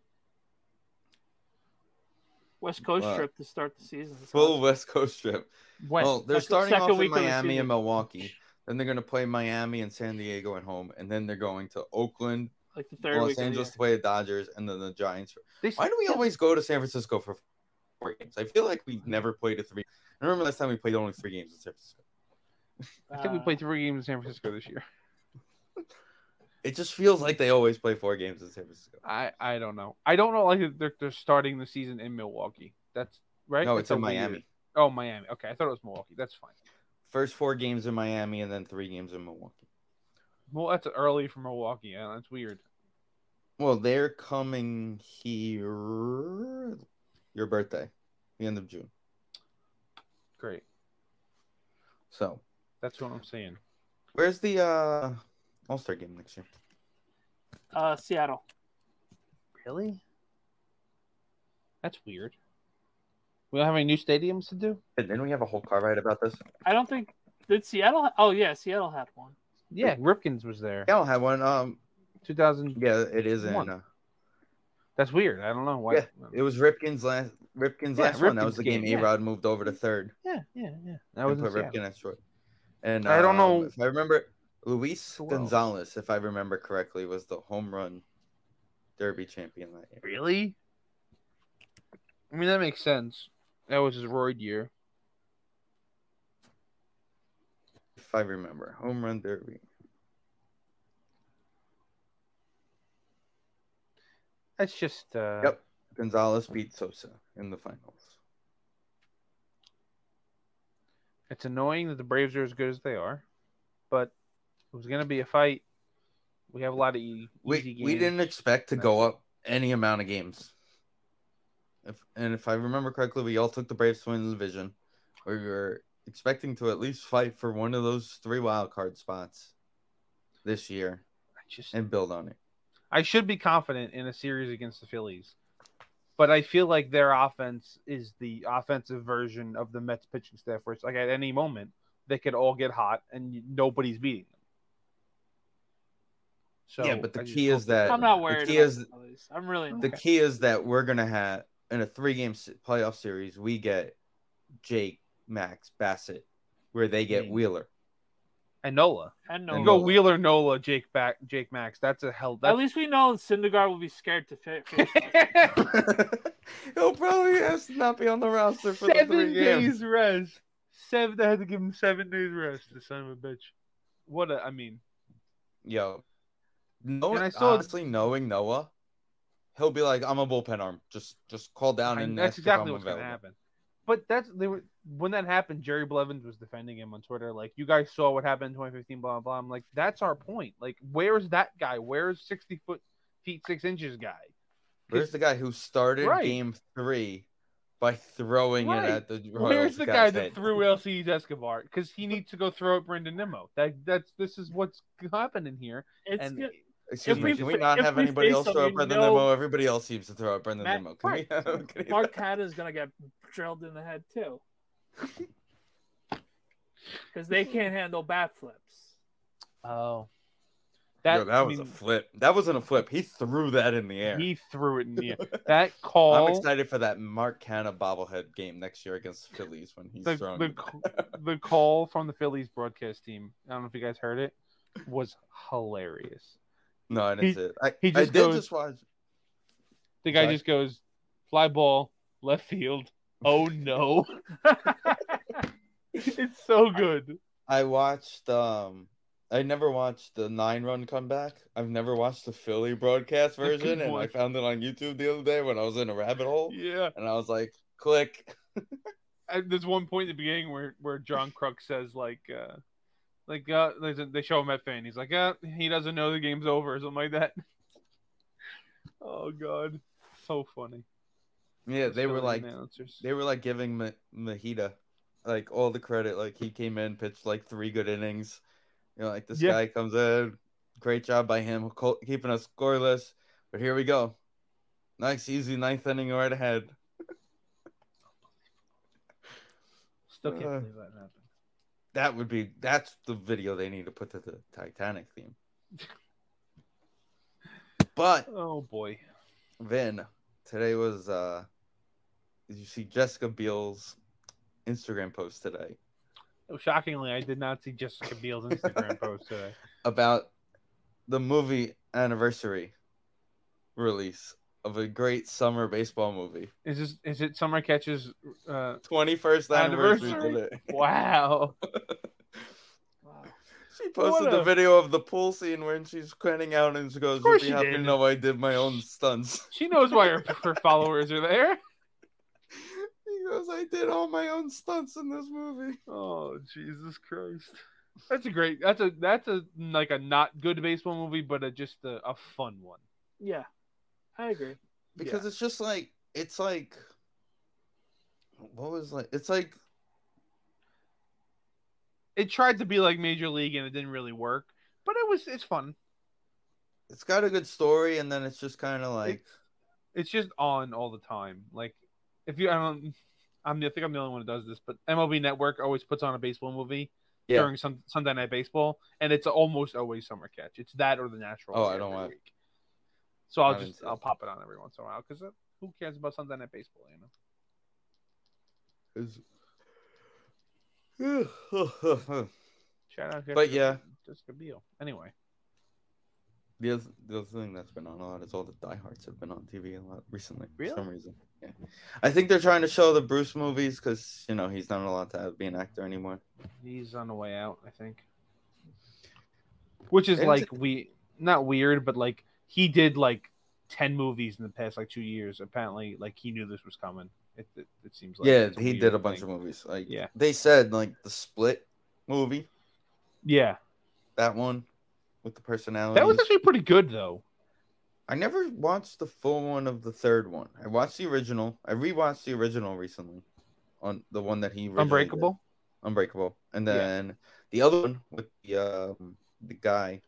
S3: West Coast
S1: Wow.
S3: trip to start the season.
S1: full West Coast trip. Well, they're
S3: Second-
S1: starting
S3: second
S1: off in
S3: week of the
S1: Miami
S3: season.
S1: and Milwaukee. Then they're going to play Miami and San Diego at home, and then they're going to Oakland,
S3: like the third
S1: Los
S3: week. of the
S1: Angeles
S3: year.
S1: to play the Dodgers, and then the Giants.
S2: They,
S1: Why do we always go to San Francisco for four games? I feel like we never played a three. I remember last time we played only three games in San Francisco.
S2: I think we
S3: Uh,
S2: played three games in San Francisco this year.
S1: It just feels like they always play four games in San Francisco.
S2: I I don't know. I don't know. Like they're they're starting the season in Milwaukee. That's right.
S1: No,
S2: That's
S1: it's in
S2: a weird-
S1: Miami.
S2: Oh, Miami. Okay, I thought it was Milwaukee. That's fine.
S1: First four games in Miami, and then three games in Milwaukee.
S2: Well, that's early for Milwaukee. Yeah, that's weird.
S1: Well, they're coming here. Your birthday, the end of June.
S2: Great.
S1: So
S2: That's what I'm saying.
S1: Where's the uh All Star game next year?
S3: uh, Seattle.
S2: Really? That's weird. We don't have any new stadiums to do.
S1: And then we have a whole car ride about this.
S3: I don't think did Seattle. ha- Oh yeah, Seattle had one.
S2: Yeah, Ripkins was there.
S1: Yeah, I'll have one. Um,
S2: 2000.
S1: yeah, it is in.
S2: One.
S1: Uh,
S2: That's weird. I don't know why.
S1: Yeah, it was Ripken's last. Ripken's
S2: Yeah,
S1: last one. That
S2: Ripken's
S1: was the game.
S2: game, yeah.
S1: A Rod moved over to third
S2: yeah, yeah. yeah. That
S1: and
S2: was
S1: put
S2: insane.
S1: Ripken at short. And
S2: I don't
S1: um,
S2: know-
S1: If I remember, Luis
S2: Well.
S1: Gonzalez, if I remember correctly, was the home run derby champion that year.
S2: Really? I mean, that makes sense. That was his roid year.
S1: If I remember, home run derby.
S2: That's just. Uh,
S1: Yep. Gonzalez beat Sosa in the finals.
S2: It's annoying that the Braves are as good as they are, but it was going to be a fight. We have a lot of e- easy
S1: We
S2: games.
S1: we didn't expect to go up any amount of games. If and if I remember correctly, we all took the Braves to win the division. We were expecting to at least fight for one of those three wild card spots this year
S2: I just
S1: and build on it.
S2: I should be confident in a series against the Phillies, but I feel like their offense is the offensive version of the Mets pitching staff, where it's like at any moment they could all get hot and you- nobody's beating them. So
S1: Yeah, but the
S2: I just
S1: key
S2: hope
S1: is that-
S3: I'm not
S1: The
S3: worried.
S1: key
S3: about
S1: is-
S3: the Phillies. I'm really
S1: The
S3: not.
S1: key is that we're gonna have in a three game playoff series, we get Jake, Max, Bassett, where they get
S2: Mm.
S1: Wheeler.
S2: and Nola.
S3: I know.
S1: And
S2: You go
S1: Nola.
S2: Wheeler, Nola, Jake back, Jake Max. That's a hell. That's
S3: At least we know Syndergaard will be scared to fit.
S1: He'll probably has to not be on the roster for the
S2: seven
S1: three games.
S2: days rest. Seven. They had to give him seven days rest. The son of a bitch. What a, I mean.
S1: Yo, knowing,
S2: I saw-
S1: honestly knowing Noah, he'll be like, "I'm a bullpen arm. Just just call down
S2: I-
S1: and ask
S2: that's
S1: if I'm
S2: exactly what's going to
S1: available."
S2: happen. But that's they were when that happened. Jerry Blevins was defending him on Twitter, like you guys saw what happened in 2015, blah blah. blah. I'm like, that's our point. Like, where's that guy? Where's 60 foot feet six inches guy?
S1: Where's the guy who started
S2: Right.
S1: game three by throwing
S2: Right.
S1: it at the Royals?
S2: Where's the guy
S1: head?
S2: that threw LCE's Escobar? Because he needs to go throw at Brendan Nimmo. That that's this is what's happening here.
S3: It's
S2: And-
S3: good.
S1: Excuse
S3: If
S1: me,
S3: we
S1: can we
S3: fa-
S1: not
S3: if
S1: have
S3: we
S1: anybody
S3: face
S1: else
S3: them,
S1: throw
S3: you
S1: up Brendan
S3: know-
S1: Nemo? Everybody else seems to throw up Brendan
S3: Matt-
S1: Nemo. Can we have, can we-
S3: Mark Tata's gonna get drilled in the head too, because they can't handle bat flips.
S2: Oh,
S1: Yo, that was a flip. That wasn't a flip. He threw that in the air.
S2: he threw it in the air. That
S1: I'm
S2: call.
S1: excited for that Mark Canna bobblehead game next year against the Phillies when he's
S2: the,
S1: thrown.
S2: the, c- the call from the Phillies broadcast team. I don't know if you guys heard it. Was hilarious.
S1: no, I didn't
S2: he-
S1: see it. I,
S2: he
S1: I
S2: just
S1: did
S2: goes-
S1: just watch.
S2: The guy
S1: Sorry.
S2: just goes fly ball left field. Oh no! it's so good.
S1: I watched. Um, I never watched the nine-run comeback. I've never watched the Philly broadcast
S2: good
S1: version, and I
S2: one.
S1: found it on YouTube the other day when I was in a rabbit hole,
S2: Yeah.
S1: and I was like, "Click."
S2: And there's one point in the beginning where where John Kruk says like. uh like uh, there's a, they show him at fan. He's like, uh, he doesn't know the game's over or something like that. oh god, so funny.
S1: Yeah,
S2: The
S1: they were
S2: Philly
S1: like,
S2: announcers.
S1: they were like giving Ma- Mahita like all the credit. Like he came in, pitched like three good innings. You know, like this
S2: Yeah.
S1: guy comes in, great job by him, co- keeping us scoreless. But here we go, nice easy ninth inning right ahead.
S2: Still can't
S1: Uh,
S2: believe that happened.
S1: That would be that's the video they need to put to the Titanic theme. But
S2: Oh boy.
S1: Vin, today was uh did you see Jessica Biel's Instagram post today
S2: Shockingly, I did not see Jessica Biel's Instagram post today.
S1: about the movie anniversary release of a great summer baseball movie.
S2: Is this is it Summer Catches? Uh,
S1: Twenty first anniversary,
S2: Anniversary?
S1: today.
S2: wow.
S3: Wow.
S1: She posted
S2: What
S1: the
S2: a-
S1: video of the pool scene when she's crying out and she goes,
S2: course
S1: You'd be
S2: she
S1: happy to
S2: did.
S1: know I did my own stunts.
S2: She knows why her, her followers are there.
S1: He goes, I did all my own stunts in this movie.
S2: Oh Jesus Christ. That's a great. That's a that's a like a not good baseball movie, but a, just a, a fun one.
S3: Yeah, I agree.
S1: Because it's just like it's like what was like it's like
S2: It tried to be like Major League and it didn't really work, but it was it's fun.
S1: it's got a good story and then it's just kinda like
S2: it's just on all the time. Like if you, I don't, I'm, I think I'm the only one who does this, but MLB Network always puts on a baseball movie
S1: Yeah.
S2: during some Sunday Night Baseball, and it's almost always Summer Catch. It's that or The Natural.
S1: Oh,
S2: every
S1: I don't want-
S2: week. So I'll
S1: not
S2: just
S1: into
S2: I'll
S1: it.
S2: pop it on every once in a while because who cares about Sunday Night Baseball? You know. Shout out.
S1: But yeah.
S2: Jessica Biel. Anyway,
S1: The other, the other thing that's been on a lot is all the diehards have been on TV a lot recently
S2: Really?
S1: for some reason. Yeah, I think they're trying to show the Bruce movies because you know he's not allowed to have, be an actor anymore.
S2: he's on the way out, I think. Which is
S1: And-
S2: like we not weird, but like he did like ten movies in the past like two years. Apparently, like he knew this was coming. It, it, it seems like
S1: yeah,
S2: it's
S1: he
S2: weird
S1: did a bunch
S2: thing.
S1: of movies. Like
S2: Yeah.
S1: they said, like the Split movie,
S2: Yeah,
S1: that one with the personality.
S2: that was actually pretty good though.
S1: I never watched the full one of the third one. I watched the original. I rewatched the original recently, on the one that he originally did.
S2: Unbreakable.
S1: Unbreakable, and
S2: Yeah.
S1: then the other one with the um, the guy.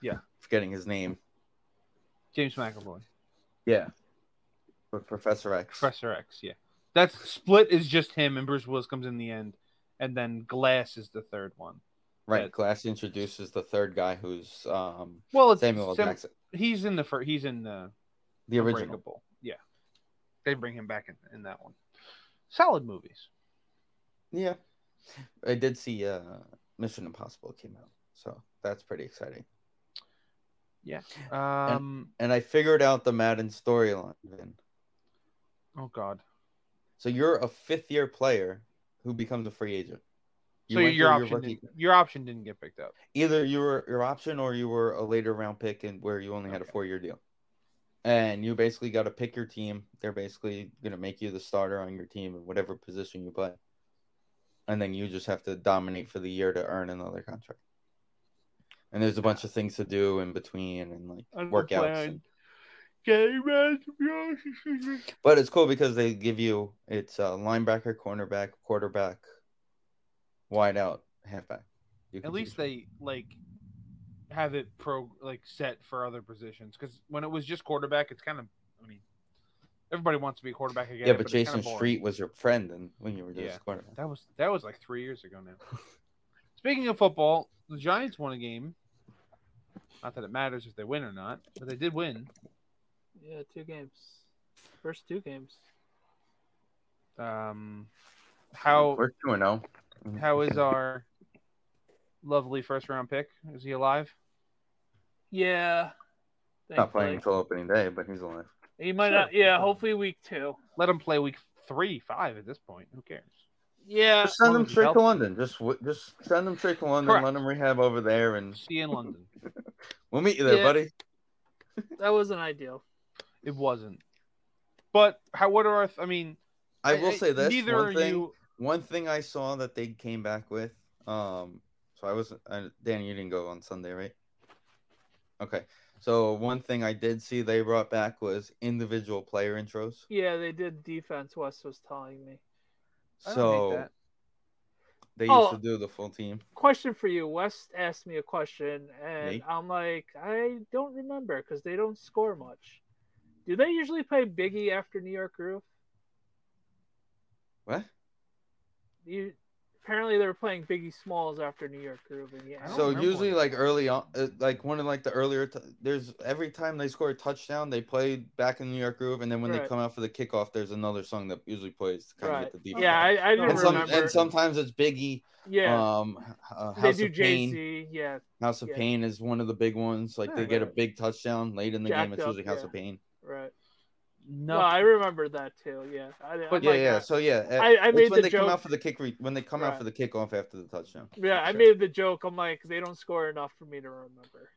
S2: Yeah.
S1: forgetting his name.
S2: James McAvoy,
S1: Yeah, but Professor X.
S2: Professor X. Yeah, that's Split is just him, and Bruce Willis comes in the end, and then Glass is the third one.
S1: Right,
S2: That-
S1: Glass introduces the third guy who's um,
S2: Well, it's
S1: Samuel L.
S2: Sam-
S1: Jackson,
S2: He's in the first. He's in the
S1: the original.
S2: Unbreakable. Yeah, they bring him back in, in that one. Solid movies.
S1: Yeah, I did see uh, Mission Impossible came out, so that's pretty exciting.
S2: Um.
S1: And I figured out the Madden storyline. Then,
S2: oh God.
S1: so you're a fifth year player who becomes a free agent.
S2: so
S1: went
S2: your
S1: through
S2: option,
S1: rookie-
S2: didn't, your option didn't get picked up.
S1: either you were your option or you were a later round pick and where you only had a
S2: Okay.
S1: four year deal. And you basically got to pick your team. They're basically going to make you the starter on your team in whatever position you play. And then you just have to dominate for the year to earn another contract. And there's a bunch of things to do in between and like workouts. and- but it's cool because they give you it's uh, linebacker, cornerback, quarterback, wideout, halfback. You can
S2: At least
S1: choose.
S2: they like have it pro like set for other positions because when it was just quarterback, it's kind of. I mean, everybody wants to be a quarterback again.
S1: Yeah, but
S2: it's kinda
S1: Jason
S2: boring.
S1: Street was your friend and when you were just
S2: Yeah.
S1: quarterback.
S2: That was that was like three years ago now. Speaking of football, the Giants won a game. Not that it matters if they win or not, but they did win.
S3: Yeah, two games. First two games.
S2: Um, how
S1: We're two and oh. zero.
S2: How is uh, our lovely first round pick? Is he alive?
S3: Yeah.
S1: not playing
S3: Thankfully.
S1: until opening day? But he's alive.
S3: He might
S2: Sure.
S3: not. Yeah, hopefully week two.
S2: Let him play week three, five at this point. Who cares?
S3: Yeah.
S1: Just send
S2: long
S1: him
S2: as he's
S1: straight to
S2: healthy.
S1: London. Just w- just send him straight to London.
S2: Correct.
S1: Let him rehab over there, and
S2: See you in London.
S1: we'll meet you there,
S3: Yeah.
S1: buddy.
S3: That wasn't ideal.
S2: It wasn't. But how? What are our? Th- I mean,
S1: I will say this.
S2: Neither
S1: one
S2: are
S1: thing,
S2: you.
S1: One thing I saw that they came back with. Um, so I wasn't. I, Danny, you didn't go on Sunday, right? Okay. So one thing I did see they brought back was individual player intros.
S3: Yeah, they did defense. Wes was telling me.
S2: I don't hate
S1: So
S2: that.
S1: they used
S3: Oh.
S1: to do the full team.
S3: Question for you. Wes asked me a question, and
S1: Me?
S3: I'm like, I don't remember because they don't score much. Do they usually play Biggie after New York Groove?
S1: What?
S3: You apparently they were playing Biggie Smalls after New York Groove, and
S2: I
S3: yeah,
S2: don't
S1: So
S2: remember
S1: usually,
S2: when
S1: like
S2: it was.
S1: early on, uh, like one of like the earlier, t- there's every time they score a touchdown, they play back in New York Groove, and then when they
S3: Right.
S1: come out for the kickoff, there's another song that usually plays to kind
S3: right?
S1: of get the defense.
S3: Yeah, I, I didn't
S1: and, some,
S3: remember.
S1: and sometimes it's Biggie.
S3: yeah,
S1: Um, h- uh,
S3: they
S1: House
S3: do
S1: of
S3: Jay
S1: Pain.
S3: Z. Yeah,
S1: House of
S3: yeah.
S1: Pain is one of the big ones. Like they
S2: Yeah,
S1: get a
S3: right.
S1: big touchdown late in the
S3: Jacked
S1: game. It's
S3: up,
S1: usually House
S3: yeah.
S1: of Pain.
S3: right.
S2: No,
S3: No, I remember that too. Yeah, I, I'm
S2: But
S1: yeah,
S3: like,
S1: yeah.
S3: uh,
S1: So yeah, eh,
S3: I, I
S1: it's
S3: made
S1: when
S3: the
S1: they come out
S3: joke.
S1: for the kick re- when they come out
S3: Right.
S1: for the kickoff after the touchdown.
S3: Yeah, I
S1: Sure.
S3: made the joke. I'm like, they don't score enough for me to remember,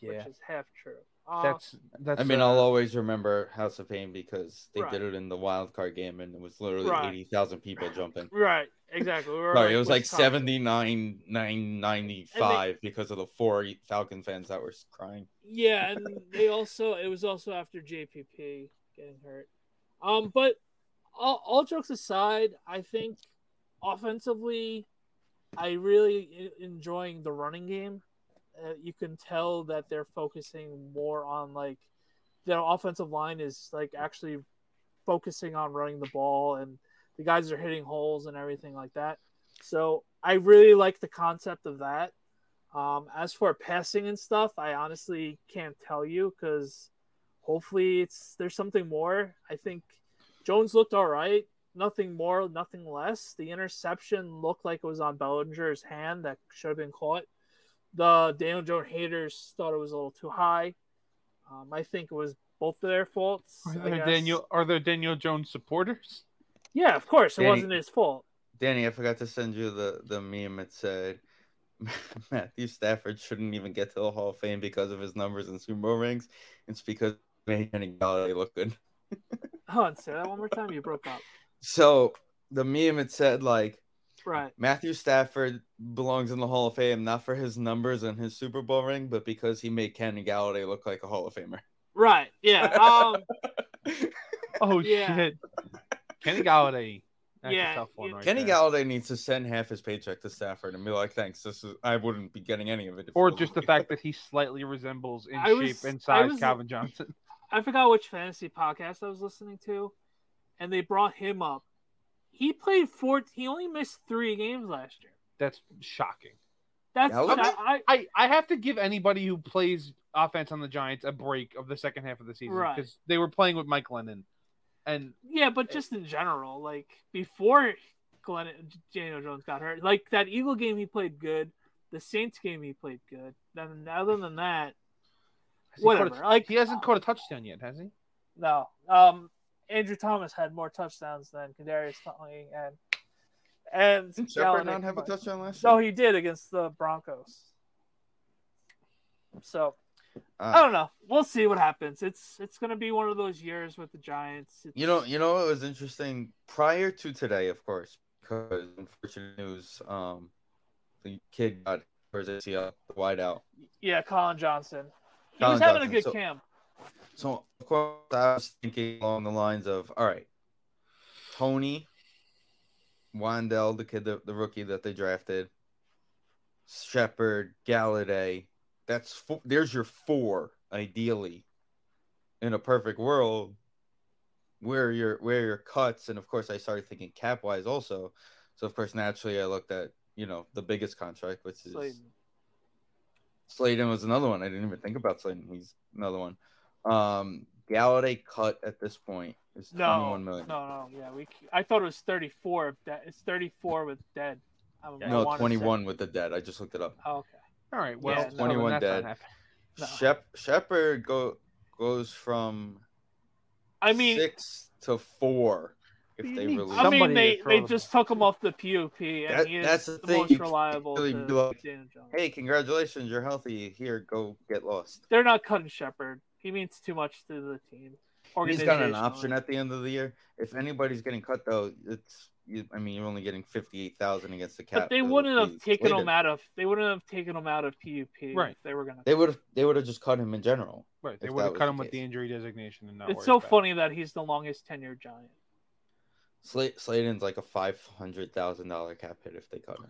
S2: yeah,
S3: which is half true. Uh,
S2: that's that's.
S1: I mean,
S2: uh,
S1: I'll always remember House of Pain because they
S3: Right.
S1: did it in the wild card game, and it was literally
S3: Right.
S1: eighty thousand people jumping.
S3: Um, right. Exactly. We were,
S1: Sorry, it was like
S3: Wisconsin.
S1: 79 995 because of the four Falcon fans that were crying.
S3: Yeah, and they also it was also after JPP getting hurt. Um, but all, all jokes aside, I think offensively, I really e- enjoying the running game. Uh, you can tell that they're focusing more on like their offensive line is like actually focusing on running the ball, and the guys are hitting holes and everything like that. So I really like the concept of that. Um, as for passing and stuff, I honestly can't tell you because hopefully it's there's something more. I think Jones looked all right, nothing more, nothing less. The interception looked like it was on Bellinger's hand that should have been caught. The Daniel Jones haters thought it was a little too high. Um, I think it was both their faults.
S2: Are
S3: I
S2: there
S3: guess.
S2: Daniel? Are there Daniel Jones supporters?
S3: Yeah, of course, it
S1: Danny-
S3: wasn't his fault.
S1: Danny, I forgot to send you the, the meme. It said Matthew Stafford shouldn't even get to the Hall of Fame because of his numbers and Super Bowl rings. It's because Manning and Galladay look good.
S3: Hold on, say that one more time. You broke up.
S1: So the meme it said like
S3: Right.
S1: Matthew Stafford belongs in the Hall of Fame not for his numbers and his Super Bowl ring, but because he made Kenny Galladay look like a Hall of Famer.
S3: Right. Yeah. Um
S2: Oh
S3: Yeah.
S2: shit. Kenny Galladay. That's
S3: Yeah,
S2: a tough one
S3: you-
S2: right
S1: Kenny
S2: there.
S1: Galladay needs to send half his paycheck to Stafford and be like, "Thanks, this is I wouldn't be getting any of it." if
S2: Or
S1: it was
S2: just the
S1: me."
S2: fact that he slightly resembles in
S3: I
S2: shape
S3: was-
S2: and
S3: I
S2: size
S3: was-
S2: Calvin Johnson.
S3: I forgot which fantasy podcast I was listening to, and they brought him up. He played four he only missed three games last year.
S2: That's shocking.
S3: That's
S1: That was-
S3: I,
S2: I, I have to give anybody who plays offense on the Giants a break of the second half of the season
S3: Right.
S2: because they were playing with Mike Lennon. And
S3: Yeah, but just in general, like before Glenn Daniel Jones got hurt, like that Eagle game he played good. The Saints game he played good. Then other than that,
S2: has he caught a-
S3: Whatever, like-
S2: he hasn't caught a touchdown yet, has he?
S3: no. Um, Andrew Thomas had more touchdowns than Kadarius Tony and and
S1: Did Stafford
S3: Galladay
S1: not have a
S3: combined.
S1: touchdown last year.
S3: No, he did against the Broncos. So
S1: Uh,
S3: I don't know. We'll see what happens. It's it's gonna be one of those years with the Giants. It's,
S1: You know, you know what was interesting prior to today, of course, because unfortunate news, um, the kid got his ACL, the wideout.
S3: yeah, Colin Johnson. He
S1: Colin
S3: was having
S1: Johnson,
S3: a good
S1: so-
S3: camp.
S1: So of course, I was thinking along the lines of, all right, Tony, Wandell, the kid, the, the rookie that they drafted, Shepard, Galladay. That's four, there's your four ideally. In a perfect world, where are your where are your cuts, and of course, I started thinking cap wise also. So of course, naturally, I looked at you know the biggest contract, which is
S3: Slayton.
S1: Sladen was another one. I didn't even think about Sladen. He's another one. Um, Galladay cut at this point is twenty
S3: No,
S1: one
S3: no,
S1: million.
S3: no. Yeah, we. I thought it was thirty-four. if That it's thirty-four with dead. I I
S1: No,
S3: wanna say-
S1: twenty one with the dead. I just looked it up.
S3: Oh, okay.
S2: All right. Well,
S3: Yeah,
S2: so then
S1: 21
S2: that's not
S1: dead.
S2: happening.
S3: No.
S1: Shep Shepard go goes from
S3: I mean,
S1: six to four if
S2: You
S1: they
S2: need
S1: release.
S3: I mean,
S2: Somebody
S3: they,
S2: to throw
S3: they
S2: the
S3: just took him off the POP, and
S1: That-
S3: he is
S1: that's the
S3: the,
S1: thing, you
S3: most
S1: can't
S3: reliable.
S1: really
S3: to
S1: be like,
S3: Daniel Jones.
S1: Hey, congratulations, you're healthy. Here, go get lost.
S3: They're not cutting Shepard. He means too much to the team.
S1: He's got an
S3: organizationally.
S1: option at the end of the year. If anybody's getting cut though, it's you, I mean you're only getting fifty eight thousand against the cap.
S3: But they
S1: It'll
S3: wouldn't
S1: be
S3: have taken
S1: Sladen.
S3: him out of. They wouldn't have taken him out of PUP.
S2: Right.
S3: If they were gonna.
S1: They would have they would have just cut him in general.
S2: Right. They
S1: if
S2: would
S1: that
S2: have
S1: was
S2: cut
S1: the
S2: him with
S1: case.
S2: the injury designation and not
S3: it's
S2: worried
S3: so
S2: about it.
S3: funny that he's the longest tenured giant.
S1: Sla- Sladen's like a five hundred thousand dollar cap hit if they cut him.
S2: Mm.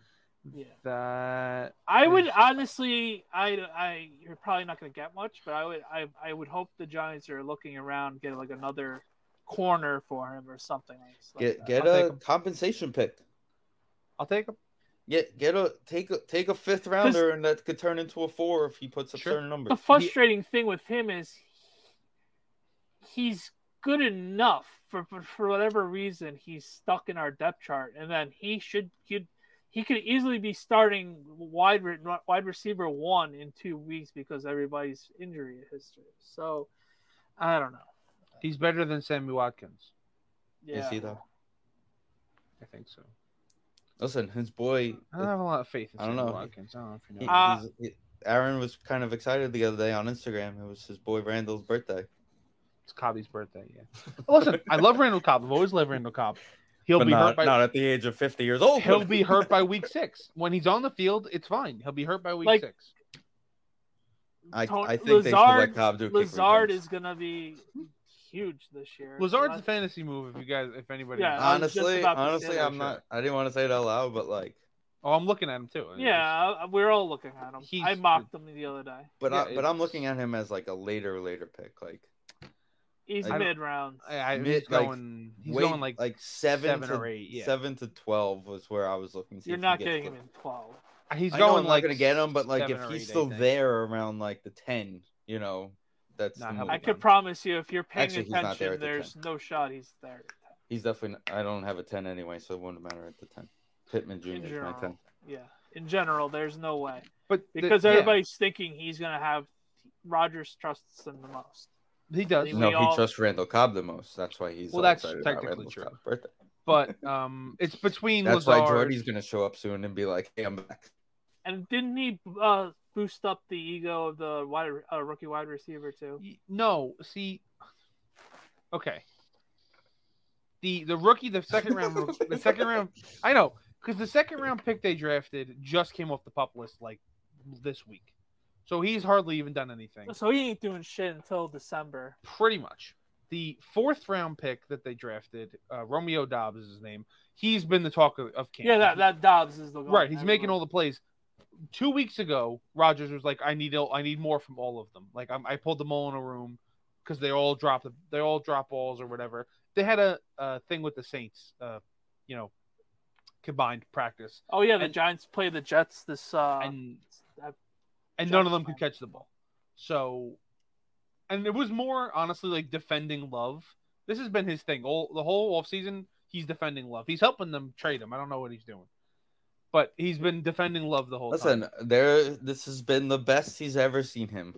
S3: Yeah.
S2: That
S3: I would
S1: Mm.
S2: Yes.
S3: honestly, I, I, you're probably not going to get much, but I would, I, I would hope the Giants are looking around, get like another corner for him or something like, like
S1: Get
S3: that.
S1: get
S2: I'll take
S1: a
S2: him.
S1: compensation pick.
S2: I'll take him.
S1: Get get a take a take a fifth rounder and that could turn into a four if he puts up
S2: Sure.
S1: certain numbers.
S3: The frustrating thing with him is he, he's good enough for, for for whatever reason he's stuck in our depth chart, and then he should could he could easily be starting wide re- wide receiver one in two weeks because everybody's injury history. So I don't know.
S2: He's better than Sammy Watkins.
S1: He-
S3: Yeah.
S1: Is he though?
S2: I think so.
S1: Listen, his boy.
S2: I don't have a lot of faith in
S1: I don't
S2: Sammy
S1: know.
S2: Watkins. I don't know if you
S1: he-
S2: know.
S3: Uh,
S1: he's- he- Aaron was kind of excited the other day on Instagram. It was his boy Randall's birthday.
S2: It's Cobb's birthday, yeah. Listen, I love Randall Cobb. I've always loved Randall Cobb. He'll
S1: but
S2: be
S1: not,
S2: hurt by
S1: not at the age of fifty years old.
S2: he'll be hurt by week six. When he's on the field, it's fine. He'll be hurt by week
S3: Like-
S2: six.
S1: I,
S3: Tony-
S1: I think they should let Cobb do kick
S3: Lazard
S1: returns.
S3: is gonna be huge this year.
S2: Lazard's
S3: I-
S2: a fantasy move. If you guys, if anybody,
S3: uh, Yeah. I was just
S1: honestly
S3: about to say
S1: honestly
S3: that,
S1: I'm
S2: sure.
S1: not. I didn't want to say it out loud, but like
S2: oh, I'm looking at him too.
S3: Yeah, I- we're all looking at him.
S2: He's-
S3: I mocked him the other day.
S1: But I,
S2: Yeah,
S1: but I'm
S2: it's-
S1: looking at him as like a later later pick, like
S3: He's
S1: I don't-
S3: mid round.
S2: I, I,
S1: Mid-
S2: he's
S1: like,
S2: going. He's
S1: way-
S2: going like.
S1: seven,
S2: seven
S1: to,
S2: or eight, yeah.
S1: seven to twelve was where I was looking. to see
S3: You're
S1: if he
S3: not
S1: gets
S3: getting him
S1: the-
S3: in twelve.
S2: He's
S1: I know
S2: going
S1: I'm
S2: like
S1: not gonna get him, but like
S2: seven
S1: if
S2: or eight,
S1: he's
S2: I
S1: still
S2: think.
S1: there around like the ten, you know, that's
S2: Not
S1: the
S2: helping.
S1: move.
S3: I could
S1: I'm-
S3: promise you, if you're paying
S1: Actually, he's not
S3: attention,
S1: there at the
S3: there's no shot he's there.
S1: He's definitely. not- I don't have a ten anyway, so it wouldn't matter at the ten. Pittman Jr.
S3: In
S1: is my ten.
S3: general, yeah. In general, there's no way
S2: But the-
S3: because
S2: yeah,
S3: everybody's thinking he's gonna have. Rogers trusts him the most.
S2: he does.
S3: We
S1: No, he
S3: all-
S1: trusts Randall Cobb the most. That's why he's.
S2: Well,
S1: all
S2: that's
S1: excited about
S2: technically
S1: Randall
S2: true.
S1: Cobb's birthday.
S2: But um, it's between
S1: That's why
S2: Lazard.
S1: Jordy's gonna show up soon and be like, "Hey, I'm back."
S3: And didn't he uh, boost up the ego of the wide, uh, rookie wide receiver too?
S2: Y- No, see, okay. the the rookie, the second round, rook- the second round. I know because the second round pick they drafted just came off the pup list like this week, so he's hardly even done anything.
S3: So he ain't doing shit until December.
S2: Pretty much. The fourth round pick that they drafted, uh, Romeo Dobbs is his name. He's been the talk of, of camp.
S3: Yeah, that, that Dobbs is the one.
S2: right. He's making all the plays. Two weeks ago, Rogers was like, "I need, I need more from all of them. Like, I'm, I pulled them all in a room because they all drop, they all drop balls or whatever. They had a, a thing with the Saints, uh, you know, combined practice,
S3: Oh yeah, the
S2: and-
S3: Giants play the Jets this. Uh,
S2: and
S3: that-
S2: and none of them could catch the ball. So, and it was more honestly like defending Love. This has been his thing all the whole offseason. He's defending Love. He's helping them trade him. I don't know what he's doing, but he's been defending Love the whole time.
S1: Listen, there. This has been the best he's ever seen him.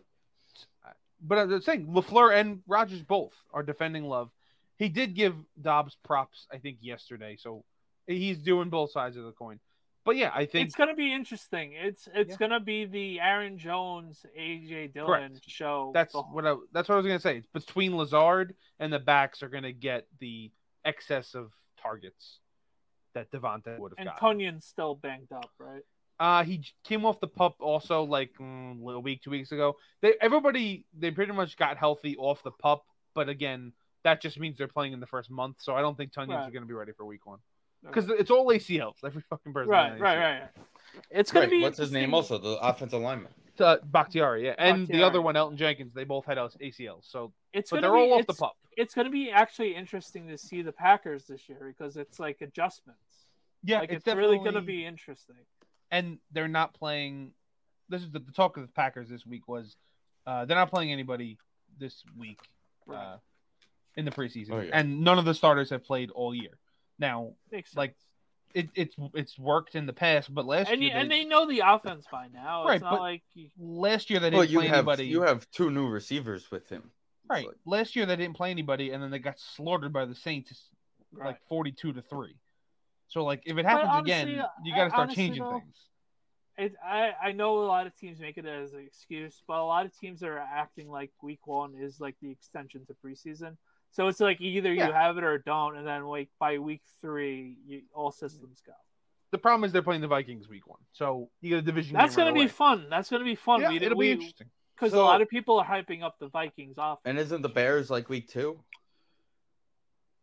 S2: But I'm just saying Lafleur and Rogers both are defending Love. He did give Dobbs props, I think, yesterday. So he's doing both sides of the coin. But yeah, I think
S3: it's gonna be interesting. It's it's
S2: Yeah.
S3: gonna be the Aaron Jones, AJ Dillon
S2: Correct.
S3: show.
S2: That's
S3: the-
S2: what I that's what I was gonna say. It's between Lazard and the backs are gonna get the excess of targets that Devonta would have
S3: and
S2: got.
S3: Tonyan's still banged up, right?
S2: uh, he j- came off the pup also like mm, a week, two weeks ago. They everybody they pretty much got healthy off the pup, but again, that just means they're playing in the first month. So I don't think Tunyon's
S3: Right.
S2: gonna be ready for week one because it's all ACLs. Every fucking person.
S3: right,
S2: had
S3: right,
S2: an ACL.
S3: right. It's gonna
S1: Right,
S3: be
S1: What's his name?
S3: interesting.
S1: Also, the offensive lineman.
S2: Uh, Bakhtiari, yeah, and the
S3: Bakhtiari.
S2: other one, Elton Jenkins. They both had ACLs, so
S3: It's
S2: but
S3: gonna
S2: they're
S3: be,
S2: all off
S3: it's,
S2: the pup.
S3: It's gonna be actually interesting to see the Packers this year because it's like adjustments.
S2: Yeah,
S3: like it's, really gonna be interesting.
S2: and they're not playing. This is the, the talk of the Packers this week was uh, they're not playing anybody this week uh,
S3: Right.
S2: in the preseason,
S1: Oh, yeah.
S2: and none of the starters have played all year. Now
S3: Makes sense.
S2: like- it, it's it's worked in the past, but last
S3: and, you,
S2: year
S3: and
S2: they,
S3: they know the offense by now.
S2: Right,
S3: it's not
S2: but-
S3: like you,
S2: last year they didn't
S1: Well, you
S2: play
S1: have
S2: anybody.
S1: you have two new receivers with him. It's
S2: right,
S1: like-
S2: last year they didn't play anybody, and then they got slaughtered by the Saints
S3: right.
S2: like forty-two to three. So like if it happens
S3: honestly,
S2: again,
S3: uh,
S2: you got to
S3: I-
S2: start
S3: honestly,
S2: changing
S3: though,
S2: things.
S3: It, I I know a lot of teams make it as an excuse, but a lot of teams are acting like week one is like the extension to preseason. So it's like either
S2: Yeah.
S3: you have it or don't, and then like by week three, you, all systems go.
S2: The problem is they're playing the Vikings week one, so you get a division.
S3: That's
S2: game right
S3: gonna be
S2: away.
S3: fun. That's gonna be fun.
S2: Yeah,
S3: We-
S2: it'll
S3: we-
S2: be interesting.
S3: because a
S1: So-
S3: lot of people are hyping up the Vikings off.
S1: And isn't the Bears like week two?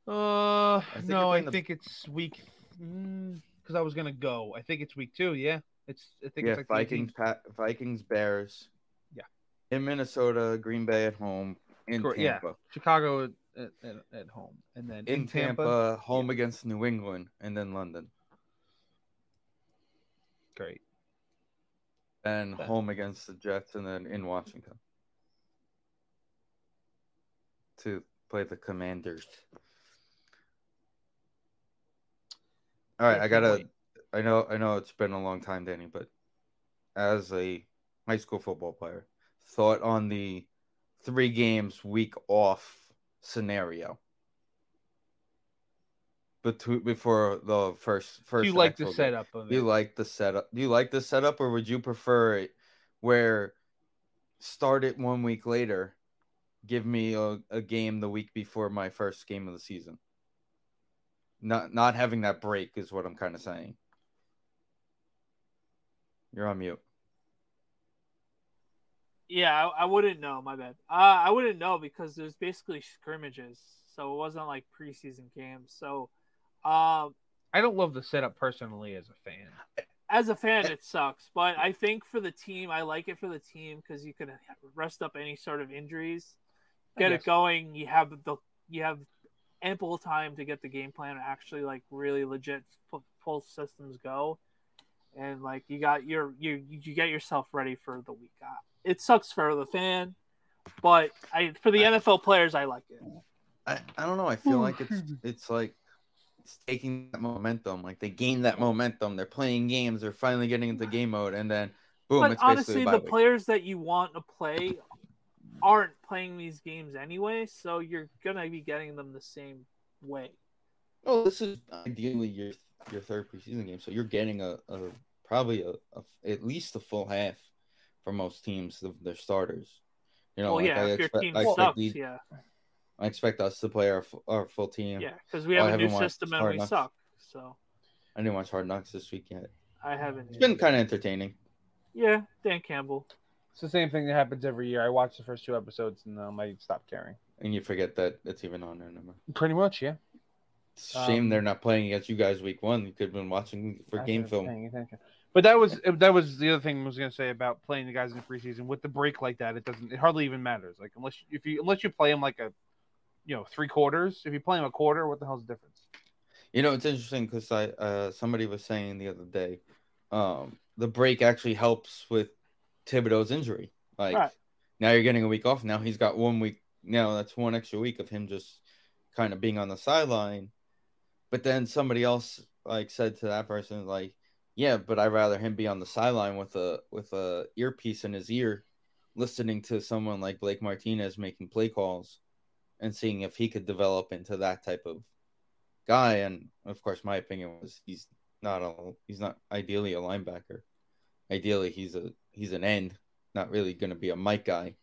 S2: Uh,
S1: think you're
S2: no, I
S1: playing the-
S2: think it's week because I was gonna go. I think it's week two. Yeah, it's I think
S1: Yeah,
S2: it's like the 18th.
S1: Vikings, pa- Vikings, Bears.
S2: Yeah.
S1: In Minnesota, Green Bay at home, in
S2: Correct, yeah.
S1: Tampa,
S2: Chicago at, at, at home, and then
S1: in Tampa, home against New England, and then London,
S2: Great.
S1: and
S2: Okay.
S1: home against the Jets, and then in Washington to play the Commanders. All right,
S2: I
S1: I
S2: can't
S1: gotta.
S2: wait.
S1: I know, I know, it's been a long time, Danny, but as a high school football player, thought on the three games week off scenario between before the first
S2: Do
S1: first.
S2: you like the
S1: actual game.
S2: setup of
S1: Do you
S2: it?
S1: like the setup? Do you like the setup, or would you prefer it where start it one week later? Give me a, a game the week before my first game of the season. Not not having that break is what I'm kind of saying. You're on mute.
S3: Yeah, I, I wouldn't know. My bad. Uh, I wouldn't know because there's basically scrimmages, so it wasn't like preseason games. So, um,
S2: I don't love the setup personally as a fan.
S3: as a fan,
S2: Eh.
S3: it sucks, but I think for the team, I like it for the team because you can rest up any sort of injuries,
S2: I
S3: get
S2: guess.
S3: it going. You have the you have ample time to get the game plan to actually like really legit fu- full systems go, and like you got your you you get yourself ready for the week. Uh, It sucks for the fan, but I for the NFL players, I like it.
S1: I, I don't know. I feel
S2: Ooh,
S1: like it's
S3: Hmm.
S2: excuse
S1: it's like it's taking that momentum. Like they gain that momentum. They're playing games. They're finally getting into game mode, and then boom,
S3: but
S1: it's basically
S3: honestly,
S1: a
S3: the
S1: bye week.
S3: players that you want to play aren't playing these games anyway, so you're gonna be getting them the same way.
S1: Oh, this is ideally your your third preseason game, so you're getting a, a probably a, a- at least a full half for most teams of their starters. You know,
S3: well,
S1: like
S3: yeah,
S1: I
S3: if
S1: expect,
S3: your team
S1: I expect
S3: sucks,
S1: the-
S3: yeah.
S1: I expect us to play our f- our full team.
S3: Yeah, because we
S1: Well, Oh, I
S3: have a
S1: haven't
S3: new
S1: watched
S3: system and
S1: Hard
S3: we
S1: Knocks.
S3: suck. So
S1: I didn't watch Hard Knocks this week yet.
S3: I haven't.
S1: It's been kind of entertaining.
S3: Yeah, Dan Campbell.
S2: It's the same thing that happens every year. I watch the first two episodes and um, I stop caring.
S1: And you forget that it's even on there. Number.
S2: Pretty much, yeah.
S1: It's a shame
S2: Um,
S1: they're not playing against you guys week one. You could have been watching for
S2: I've
S1: game
S2: been
S1: film.
S2: paying attention. But that was that was the other thing I was gonna say about playing the guys in the preseason with the break like that. It doesn't. It hardly even matters. Like unless you- if you unless you play them like a, you know, three quarters. If you play them a quarter, what the hell's the difference?
S1: You know, it's interesting because I uh, somebody was saying the other day, um, the break actually helps with Thibodeau's injury. Like
S3: Right.
S1: now you're getting a week off. Now he's got one week. Now that's one extra week of him just kind of being on the sideline. But then somebody else like said to that person like, "Yeah, but I'd rather him be on the sideline with a with a earpiece in his ear, listening to someone like Blake Martinez making play calls, and seeing if he could develop into that type of guy. And of course, my opinion was he's not a he's not ideally a linebacker. Ideally, he's a he's an end, not really going to be a Mike guy.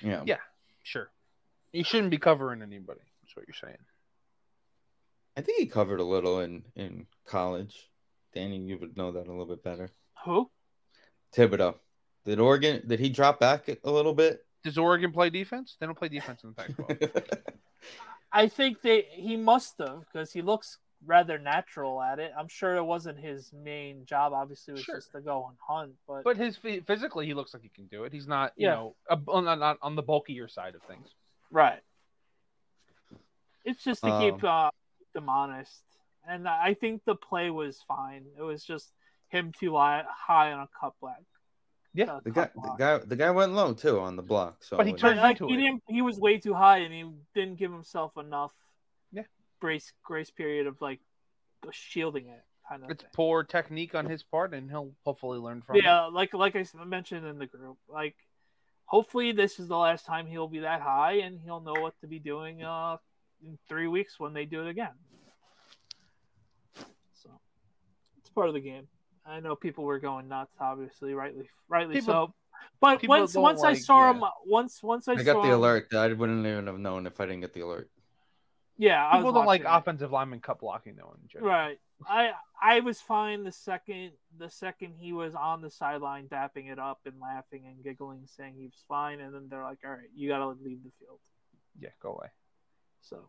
S1: You know,
S2: Yeah. Sure. You shouldn't be covering anybody. That's what you're saying.
S1: I think he covered a little in in college. Danny, you would know that a little bit better.
S3: Who?
S1: Thibodeau, did Oregon did he drop back a little bit?
S2: Does Oregon play defense? They don't play defense in the Pac-12.
S3: I think they he must have because he looks rather natural at it. I'm sure it wasn't his main job. Obviously, it was
S2: Sure.
S3: just to go and hunt. But,
S2: but his phy- physically, he looks like he can do it. He's not, you
S3: Yeah.
S2: know, a, on, on on the bulkier side of things.
S3: right, it's just to
S1: Um,
S3: keep uh, them honest. And I think the play was fine. It was just him too li- high on a cut black.
S2: Yeah,
S3: uh,
S1: the
S3: cut
S1: guy, the
S3: block.
S1: guy, the guy went low too on the block. So
S2: But he
S1: it-
S2: turned-
S3: Like,
S2: into
S3: he
S2: it.
S3: didn't. He was way too high, and he didn't give himself enough.
S2: Yeah.
S3: Grace grace period of like uh, shielding it kind of.
S2: It's
S3: thing.
S2: poor technique on his part, and he'll hopefully learn from it.
S3: yeah, like like I s- mentioned in the group, like hopefully this is the last time he'll be that high, and he'll know what to be doing uh in three weeks when they do it again. So it's part of the game. I know people were going nuts, obviously, rightly rightly
S2: People-
S3: so. But
S2: people
S3: once
S2: don't
S3: once I
S2: like-
S3: saw
S2: yeah.
S3: him, once once I,
S1: I
S3: saw
S1: got the
S3: him-
S1: alert. I wouldn't even have known if I didn't get the alert.
S3: Yeah, I
S2: People
S3: was
S2: don't like
S3: watching it.
S2: offensive lineman cut blocking though. In general.
S3: Right. I I was fine the second the second he was on the sideline dapping it up and laughing and giggling, saying he was fine, and then they're like, "All right, you got to leave the field."
S2: Yeah, go away.
S3: So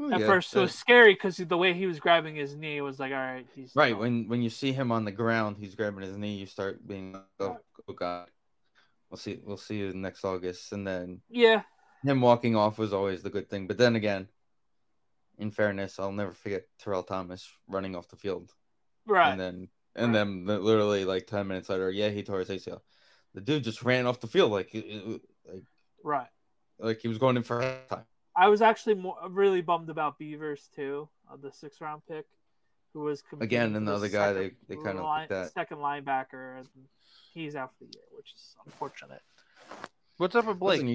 S1: Oh,
S3: at
S1: yeah,
S3: first it
S1: that-
S3: was scary because the way he was grabbing his knee was like, "All right, he's
S1: right
S3: done."
S1: when when you see him on the ground, he's grabbing his knee. You start being, oh, oh god, we'll see, we'll see you next August. And then
S3: yeah,
S1: him walking off was always the good thing. But then again, in fairness, I'll never forget Terrell Thomas running off the field,
S3: right,
S1: and then and then li- literally like ten minutes later, yeah, he tore his ACL. The dude just ran off the field like it- it- like
S3: right."
S1: like he was going in for halftime.
S3: I was actually more, really bummed about Beavers too, of the six round pick, who was competing
S1: Again,
S3: for the
S1: another guy
S3: second
S1: they- they kinda
S3: line-
S1: looked at.
S3: second linebacker, and he's out for the year, which is unfortunate.
S2: What's up with Blake?
S1: Listen,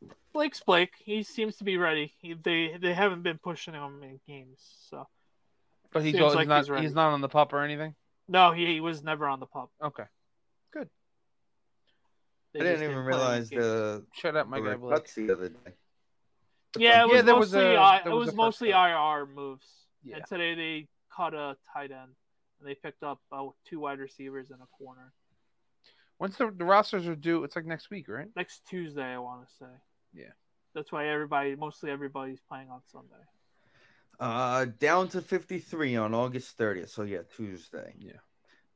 S1: you-
S3: Blake's Blake. He seems to be ready. He, they they haven't been pushing him in games, so
S2: but he's,
S3: seems
S2: all- Oh, he's
S3: like
S2: not.
S3: he's
S2: He's,
S3: ready.
S2: not on the pup or anything.
S3: no, he, he was never on the pub.
S2: Okay,
S3: They
S1: I
S3: just
S1: didn't even
S3: play him in
S1: realize
S3: games.
S1: the
S2: shut up, my
S1: there
S2: guy.
S1: were
S2: Blake.
S1: cuts the other day.
S3: Yeah, it was
S2: Yeah, there was
S3: mostly
S2: a-
S3: I-
S2: there
S3: it
S2: was
S3: was
S2: a
S3: mostly
S2: first
S3: IR moves.
S2: Yeah.
S3: And today they caught a tight end and they picked up uh, two wide receivers and a corner
S2: Once the, the rosters are due, it's like next week, right?
S3: next Tuesday. I want to say.
S2: Yeah.
S3: That's why everybody, mostly everybody's playing on Sunday.
S1: Uh, down to 53 on August 30th. So yeah, Tuesday.
S2: Yeah.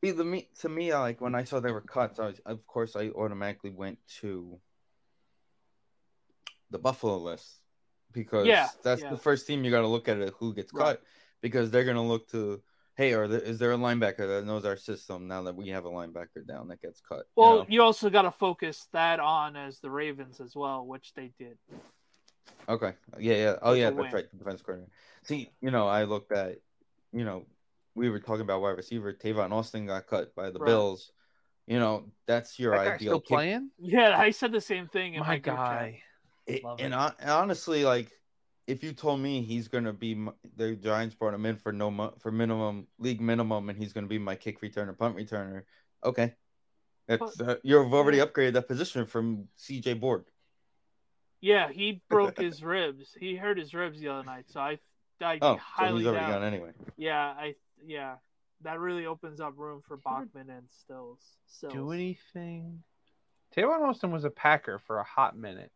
S1: See, the me to me, like when I saw there were cuts, I was, of course I automatically went to the Buffalo list because
S3: Yeah,
S1: that's
S3: yeah.
S1: the first team you got to look at it who gets
S3: Right.
S1: cut because they're gonna look to hey, are there, is there a linebacker that knows our system now that we have a linebacker down that gets cut? you
S3: Well,
S1: know?
S3: you also got to focus that on as the Ravens as well, which they did.
S1: Okay. Yeah, yeah. Oh,
S3: It's a
S1: yeah, that's
S3: win.
S1: right. The defense coordinator. See, you know, I looked at, you know, we were talking about wide receiver. Tavon Austin got cut by the
S3: Right.
S1: Bills. You know, that's your
S2: That guy's
S1: ideal
S2: still
S1: kick.
S2: playing.
S3: Yeah, I said the same thing. In my,
S2: my
S3: group chat.
S2: guy.
S1: It-
S2: Love
S1: and
S2: it.
S1: hon- honestly, like, if you told me he's gonna be m- the Giants brought him in for no mo- for minimum league minimum, and he's gonna be my kick returner, punt returner, okay, that's uh, you've already upgraded that position from CJ Board.
S3: Yeah, he broke his ribs. He hurt his ribs the other night, so I, I
S1: Oh, so
S3: highly
S1: he's already
S3: doubt.
S1: gone anyway.
S3: Yeah, I yeah, that really opens up room for Bachman and Stills. So
S2: Do anything. Tavon Austin was a Packer for a hot minute.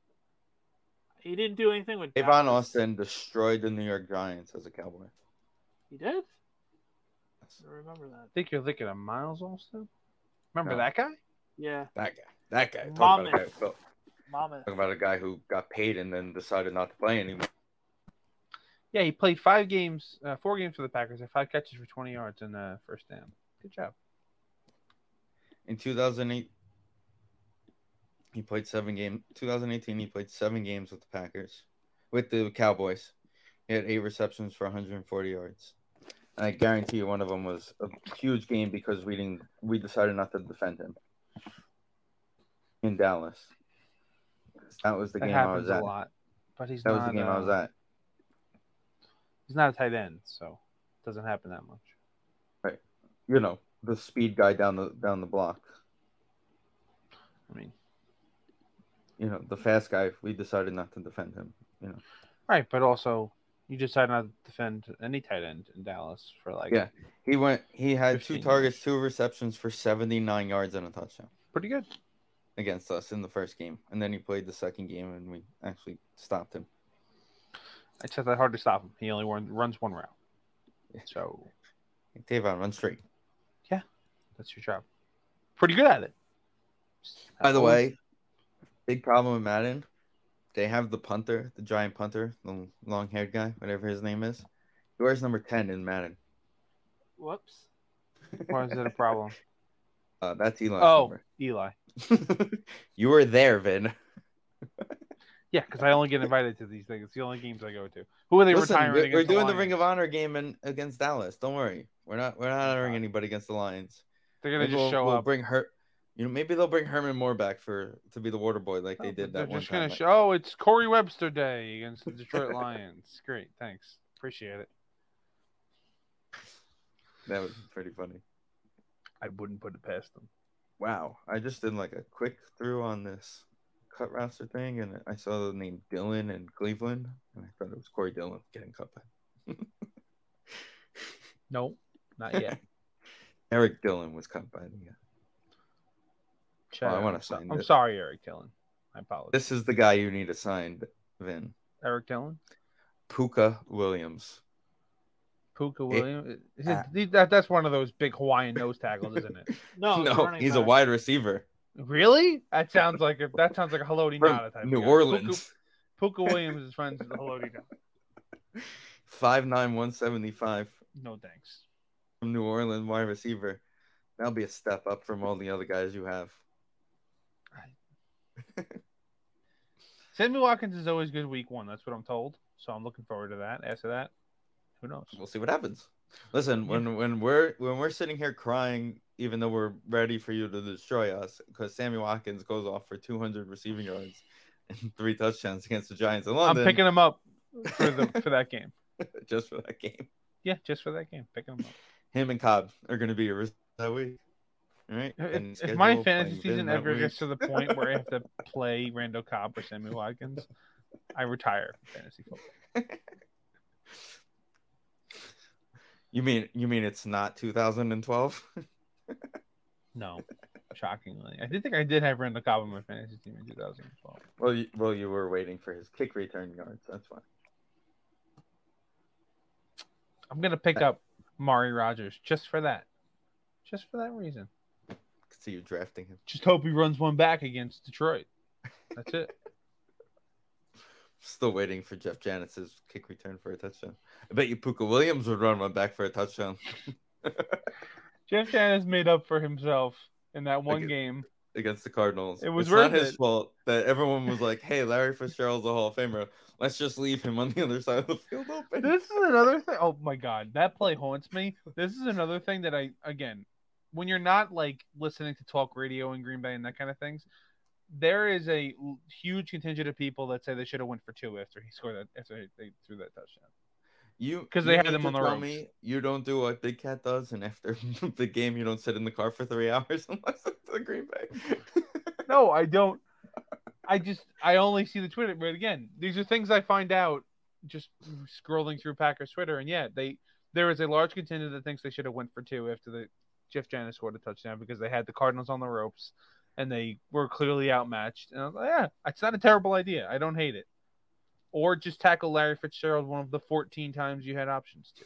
S3: he didn't do anything with
S1: Avon
S3: Dallas.
S1: Austin destroyed the New York Giants as a Cowboy.
S3: He did. I remember that.
S2: I think you're thinking of Miles Austin. Remember
S1: No.
S2: that guy?
S3: Yeah,
S1: That guy. That guy. Talk about, a guy
S3: Monmouth.
S1: talk
S3: Mama.
S1: about a guy who got paid and then decided not to play anymore.
S2: Yeah, he played five games, uh, four games for the Packers, and five catches for 20 yards and a first down. Good job.
S1: In 2008, he played seven games. 2018, he played seven games with the Packers, with the Cowboys. He had eight receptions for 140 yards. And I guarantee you, one of them was a huge game because we didn't. We decided not to defend him in Dallas. That was the
S2: that
S1: game I
S2: happens
S1: was
S2: a
S1: at.
S2: lot. But he's
S1: That
S2: not.
S1: was the game I was
S2: uh,
S1: at.
S2: He's not a tight end, so it doesn't happen that much.
S1: You know, the speed guy down the down the block.
S2: I mean,
S1: You know, the fast guy. We decided not to defend him. You know.
S2: right, but also you decided not to defend any tight end in Dallas for like
S1: Yeah. He went. He had two
S2: 15
S1: targets, two receptions for seventy-nine yards and a touchdown
S2: pretty good.
S1: against us in the first game, and then he played the second game, and we actually stopped him.
S2: Except that hard to stop him. He only run, runs one route. So
S1: Like, Davon, run straight.
S2: that's your job. Pretty good at it.
S1: By the way, big problem with Madden. They have the punter, the giant punter, the long-haired guy, whatever his name is. He wears number ten in Madden.
S3: Whoops.
S2: Why is it a problem?
S1: Uh, that's Elon's
S2: oh, Eli.
S1: number. you were there, Vin.
S2: Yeah, because I only get invited to these things. It's the only games I go to. Who are they
S1: Listen,
S2: retiring?
S1: we're, we're
S2: against
S1: doing the
S2: Lions?
S1: Ring of Honor game in, against Dallas. Don't worry, we're not we're not honoring
S2: God.
S1: anybody against the Lions.
S2: They're gonna
S1: Maybe
S2: just
S1: we'll-
S2: show
S1: we'll
S2: up.
S1: Bring her. You know, maybe they'll bring Herman Moore back for to be the water boy like they
S2: Oh,
S1: did
S2: They're
S1: that one
S2: just
S1: time.
S2: gonna show. Oh, it's Corey Webster Day against the Detroit Lions. Great, thanks, appreciate it.
S1: That was pretty funny.
S2: I wouldn't put it past them.
S1: Wow, I just did like a quick through on this cut roster thing, and I saw the name Dylan and Cleveland, and I thought it was Corey Dylan getting cut back.
S2: No, not yet.
S1: Eric Dylan was cut by the. uh,
S2: Shout
S1: Well, I
S2: out.
S1: wanna
S2: I'm so-
S1: sign
S2: I'm
S1: it.
S2: sorry, Eric Dillon. I apologize.
S1: This is the guy you need assigned, Vin
S2: Eric Dillon,
S1: Puka Williams.
S2: Puka Williams. Is it-
S1: uh,
S2: he- that, that's one of those big Hawaiian nose tackles, isn't it?
S3: No, it's
S1: no,
S3: running
S1: he's a
S3: back.
S1: wide receiver
S2: Really? That sounds like a, that sounds like a Haloti Nada
S1: from
S2: type. of
S1: New
S2: guy.
S1: Orleans.
S2: Puka, Puka Williams is friends with Haloti Nada.
S1: Five nine one seventy five.
S2: No thanks.
S1: from New Orleans wide receiver. That'll be a step up from all the other guys you have.
S2: Sammy Watkins is always good week one. That's what I'm told. So I'm looking forward to that. After that, who knows?
S1: We'll see what happens. Listen, when when we're when we're sitting here crying, even though we're ready for you to destroy us, because Sammy Watkins goes off for 200 receiving yards and three touchdowns against the Giants in
S2: I'm
S1: London.
S2: picking him up for the for that game.
S1: just for that game.
S2: Yeah, just for that game, picking him up.
S1: Him and Cobb are going to be your receivers that week. All right. And
S2: If, if
S1: schedule
S2: my
S1: playing
S2: fantasy
S1: Vin
S2: season
S1: that
S2: ever
S1: week.
S2: gets to the point where I have to play Randall Cobb or Sammy Watkins, I retire from fantasy football.
S1: you mean you mean it's not 2012?
S2: No, shockingly, I did think I did have Randall Cobb on my fantasy team in 2012.
S1: Well, you, well, you were waiting for his kick return yards. That's why.
S2: I'm gonna pick up Mari Rogers just for that, just for that reason.
S1: I could see you drafting him.
S2: Just hope he runs one back against Detroit. That's it.
S1: Still waiting for Jeff Janis's kick return for a touchdown. I bet you Puka Williams would run one back for a touchdown
S2: Jeff Janis made up for himself in that one
S1: Okay.
S2: game.
S1: against the Cardinals.
S2: It was
S1: it's not
S2: worth
S1: his
S2: it.
S1: fault that everyone was like, "Hey, Larry Fitzgerald's a Hall of Famer. Let's just leave him on the other side of the field open."
S2: This is another thing. Oh my god, that play haunts me. This is another thing that I again, when you're not like listening to talk radio in Green Bay and that kind of things, there is a l- huge contingent of people that say they should have went for two after he scored that after they threw that touchdown.
S1: you
S2: 'Cause they
S1: you
S2: had
S1: mean
S2: him
S1: to
S2: on the
S1: tell
S2: ropes.
S1: me You don't do what Big Cat does, and after the game, you don't sit in the car for three hours unless it's the Green Bay.
S2: No, I don't. I just I only see the Twitter, but again, these are things I find out just scrolling through Packers Twitter, and yeah, they there is a large contingent that thinks they should have went for two after the Jeff Janis scored a touchdown because they had the Cardinals on the ropes and they were clearly outmatched. And I was like, yeah, it's not a terrible idea. I don't hate it. Or just tackle Larry Fitzgerald one of the 14 times you had options to.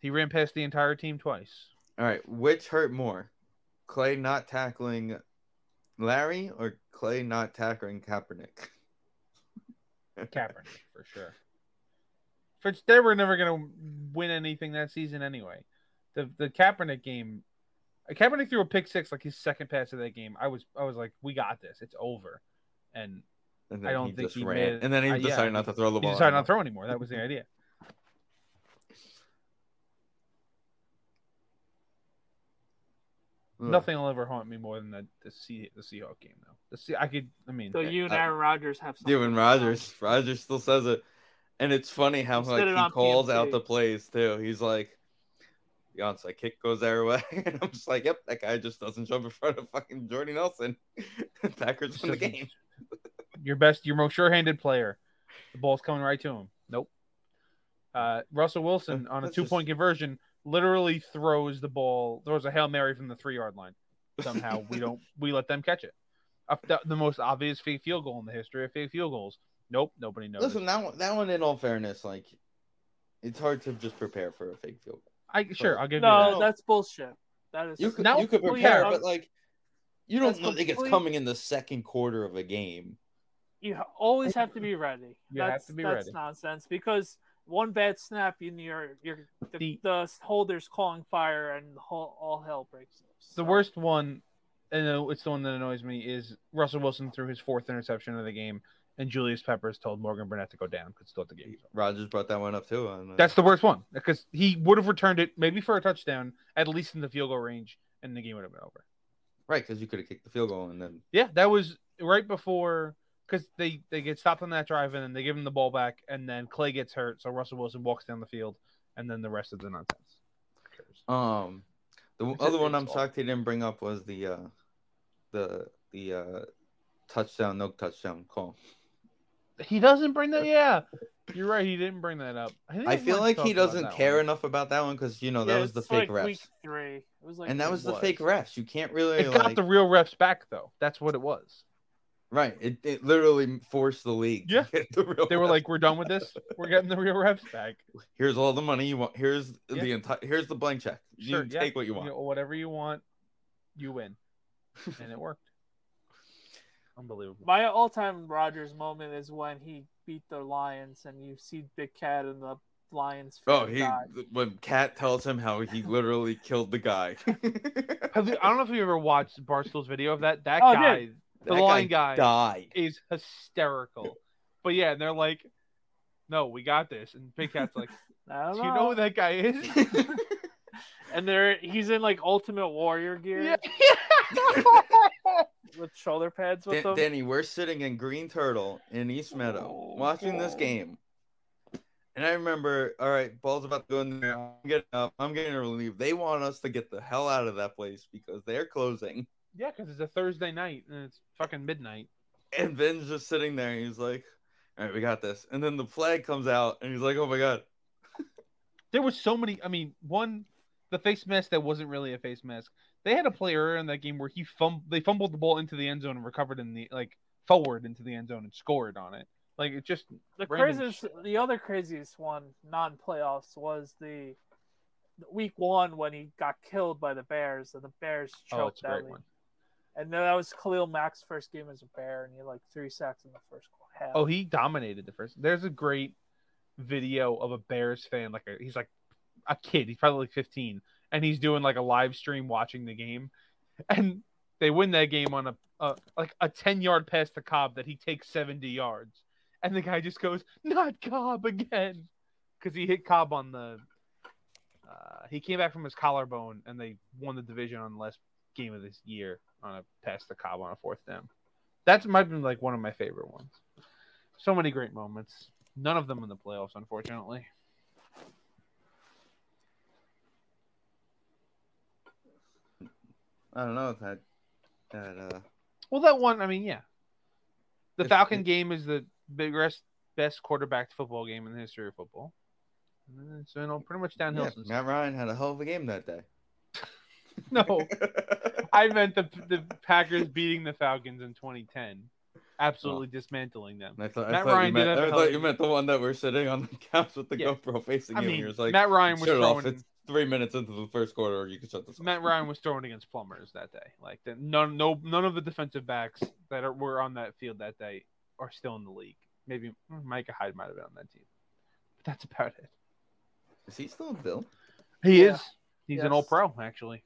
S2: He ran past the entire team twice.
S1: All right, which hurt more, Clay not tackling Larry or Clay not tackling Kaepernick?
S2: Kaepernick for sure. Fitz, they were never going to win anything that season anyway. The the Kaepernick game, Kaepernick threw a pick six like his second pass of that game. I was I was like, we got this. It's over. And
S1: And
S2: I don't think
S1: just
S2: he
S1: ran.
S2: made-
S1: and then he
S2: uh, yeah,
S1: decided not to throw the
S2: he
S1: ball.
S2: decided not to throw anymore. That was the idea.
S1: Ugh.
S2: Nothing will ever haunt me more than that the sea the Seahawk game though. The sea, I could I mean
S3: So you and
S1: I-
S3: Aaron Rodgers have something.
S1: Dude, and
S3: in
S1: Rogers,
S3: common.
S1: Rogers still says it, and it's funny how
S3: He said
S1: like
S3: it
S1: he
S3: on
S1: calls
S3: PMC.
S1: out the plays too. He's like, the onside kick goes our way, and I'm just like, yep, that guy just doesn't jump in front of fucking Jordy Nelson. Packers
S2: Just
S1: win the
S2: doesn't-
S1: game.
S2: your best, your most sure-handed player. The ball's coming right to him. Nope. Uh, Russell Wilson on a
S1: That's just-
S2: two-point conversion literally throws the ball, throws a hail mary from the three-yard line. Somehow we don't, we let them catch it. Up the, the most obvious fake field goal in the history of fake field goals. Nope, nobody knows.
S1: Listen, that one, that one, in all fairness, like it's hard to just prepare for a fake field. goal.
S2: I sure I'll give you
S3: No,
S1: No.
S3: that's bullshit. That is
S1: You could,
S2: Now-
S1: you could
S2: well,
S1: prepare,
S3: yeah,
S1: but like, you don't
S3: that's
S1: know- think it's
S3: complete-
S1: coming in the second quarter of a game.
S3: you ha- always have to be ready.
S2: You have
S3: that's,
S2: to be
S3: that's
S2: ready.
S3: nonsense because one bad snap and your your the,
S2: The-
S3: the, holder's calling fire and the whole, all hell breaks loose.
S2: that. The worst one, and uh, it's the one that annoys me, is Russell Wilson threw his fourth interception of the game, and Julius Peppers told Morgan Burnett to go down because thought the game. was over.
S1: Rogers brought that one up too. On, uh,
S2: That's the worst one because he would have returned it maybe for a touchdown, at least in the field goal range, and the game would have been over.
S1: right because you could have kicked the field goal and then
S2: Yeah, that was right before because they they get stopped on that drive and then they give him the ball back, and then Clay gets hurt, so Russell Wilson walks down the field, and then the rest of the nonsense.
S1: Um, the
S2: It's
S1: other
S2: just
S1: one I'm
S2: baseball.
S1: shocked they didn't bring up was the uh, the the uh, touchdown, no touchdown call.
S2: He doesn't bring that. Yeah, you're right. He didn't bring that up. think
S1: I
S2: we
S1: feel
S2: might
S1: like
S2: talk
S1: he
S2: about
S1: doesn't
S2: that
S1: care
S2: one.
S1: enough about that one because you know
S3: Yeah,
S1: Oh, that was the
S3: it's
S1: fake
S3: like
S1: refs,
S3: Week three. It was like
S1: and that was the
S2: was.
S1: fake refs. You can't really
S2: It got
S1: like
S2: the real refs back though. That's what it was.
S1: right. It, it literally forced the league. to
S2: Yeah.
S1: get the real
S2: They were
S1: refs.
S2: like, "We're done with this. We're getting the real refs back."
S1: "Here's all the money you want. Here's
S2: Yeah.
S1: the entire. Here's the blank check. You
S2: Sure,
S1: can
S2: yeah.
S1: take what you want."
S2: You know, whatever you want, you win. And it worked. Unbelievable.
S3: my all-time Rogers moment is when he beat the Lions and you see Big Cat and the Lions.
S1: Oh,
S3: fan
S1: he
S3: die.
S1: when Cat tells him how he literally killed the guy. that
S2: Have you, I don't know if you ever watched Barstool's video of that. That
S3: Oh, I
S2: guy, the
S1: guy
S2: lion guy,
S1: died.
S2: is hysterical. But yeah, and they're like, "No, we got this." And Big Cat's like,
S3: I don't
S2: "Do you know who that guy is?"
S3: Ah. And there, he's in like Ultimate Warrior gear
S2: yeah.
S3: with shoulder pads with
S1: Dan-
S3: them.
S1: Danny, we're sitting in Green Turtle in East Meadow
S2: Oh,
S1: watching this
S2: God.
S1: game. And I remember, all right, ball's about to go in there. I'm getting up. I'm getting relieved. They want us to get the hell out of that place because they're closing.
S2: yeah, because it's a Thursday night and it's fucking midnight.
S1: And Ben's just sitting there and he's like, all right, we got this. And then the flag comes out and he's like, oh my God.
S2: There was so many. I mean, one, the face mask that wasn't really a face mask. They had a play earlier in that game where he fum- they fumbled the ball into the end zone and recovered in the like forward into the end zone and scored on it. Like it just
S3: The
S2: Random
S3: craziest,
S2: shit.
S3: the other craziest one, non-playoffs, was the the week one when he got killed by the Bears, and the Bears
S2: oh, it's
S3: choked
S2: a
S3: that
S2: great
S3: lead.
S2: one.
S3: And then that was Khalil Mack's first game as a Bear, and he had like three sacks in the first half.
S2: Oh, he dominated the first. There's a great video of a Bears fan, like a, he's like a kid. He's probably like 15, and he's doing like a live stream watching the game, and they win that game on a, a like a 10 yard pass to Cobb that he takes 70 yards, and the guy just goes, "Not Cobb again," because he hit Cobb on the. Uh, he came back from his collarbone, and they won the division on the last game of this year on a pass to Cobb on a fourth down. That's might be like one of my favorite ones. So many great moments. None of them in the playoffs, unfortunately.
S1: I don't know. That, that, uh,
S2: Well, that one, I mean, yeah, The
S1: If-
S2: Falcon game is the biggest, best quarterback football game in the history of football. Uh, And It's been all pretty much downhill
S1: Yeah,
S2: since.
S1: Matt Ryan had a hell of a game that day.
S2: No, I meant the the Packers beating the Falcons in 2010, absolutely dismantling them.
S1: And I thought, I
S2: Matt
S1: thought you
S2: Ryan did
S1: meant,
S2: have a
S1: I
S2: hell of
S1: thought
S2: a
S1: you
S2: game.
S1: meant the one that we're sitting on the couch with the
S2: Yeah.
S1: GoPro facing
S2: I
S1: you.
S2: mean,
S1: and you're like,
S2: Matt Ryan was
S1: shut it off.
S2: throwing.
S1: It's three minutes into the first quarter. You can shut this off.
S2: Matt Ryan was throwing against plumbers that day. Like the, none, no, none of the defensive backs that are, were on that field that day are still in the league. Maybe mm, Micah Hyde might have been on that team, but that's about it.
S1: Is he still in Bill?
S2: He
S3: Yeah.
S2: is. He's an old
S3: Yes.
S2: pro, actually.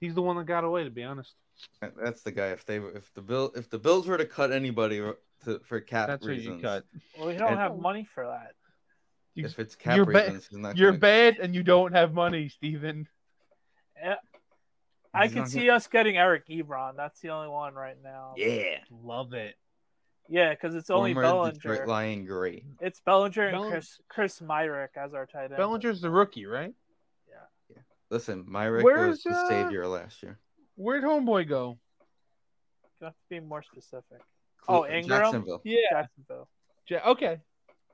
S2: He's the one that got away, to be honest.
S1: That- That's the guy. If they were, if the bill if the Bills were to cut anybody to, for cap
S2: That's who
S1: reasons,
S2: you cut.
S3: Well, we don't
S1: And-
S3: have money for that.
S1: if it's cap
S2: You're ba-
S1: reasons, he's not
S2: You're
S1: gonna-
S2: bad and you don't have money, Steven.
S3: I
S1: he's
S3: can
S1: not
S3: see
S1: gonna-
S3: us getting Eric Ebron. That's the only one right now.
S1: Yeah,
S2: Love it.
S3: yeah, because it's only
S1: former Detroit
S3: Bellinger.
S1: Lion great.
S3: It's Bellinger and
S2: Bell-
S3: Chris Chris Myrick as our tight end.
S2: Bellinger's the rookie, right?
S1: Listen, Myrick
S2: Where's,
S1: was the
S2: uh,
S1: savior last year.
S2: Where'd Homeboy go?
S3: You have to be more specific. Oh,
S1: Cle-
S3: Ingram?
S1: Jacksonville.
S2: Yeah.
S3: Jacksonville.
S2: Ja- okay.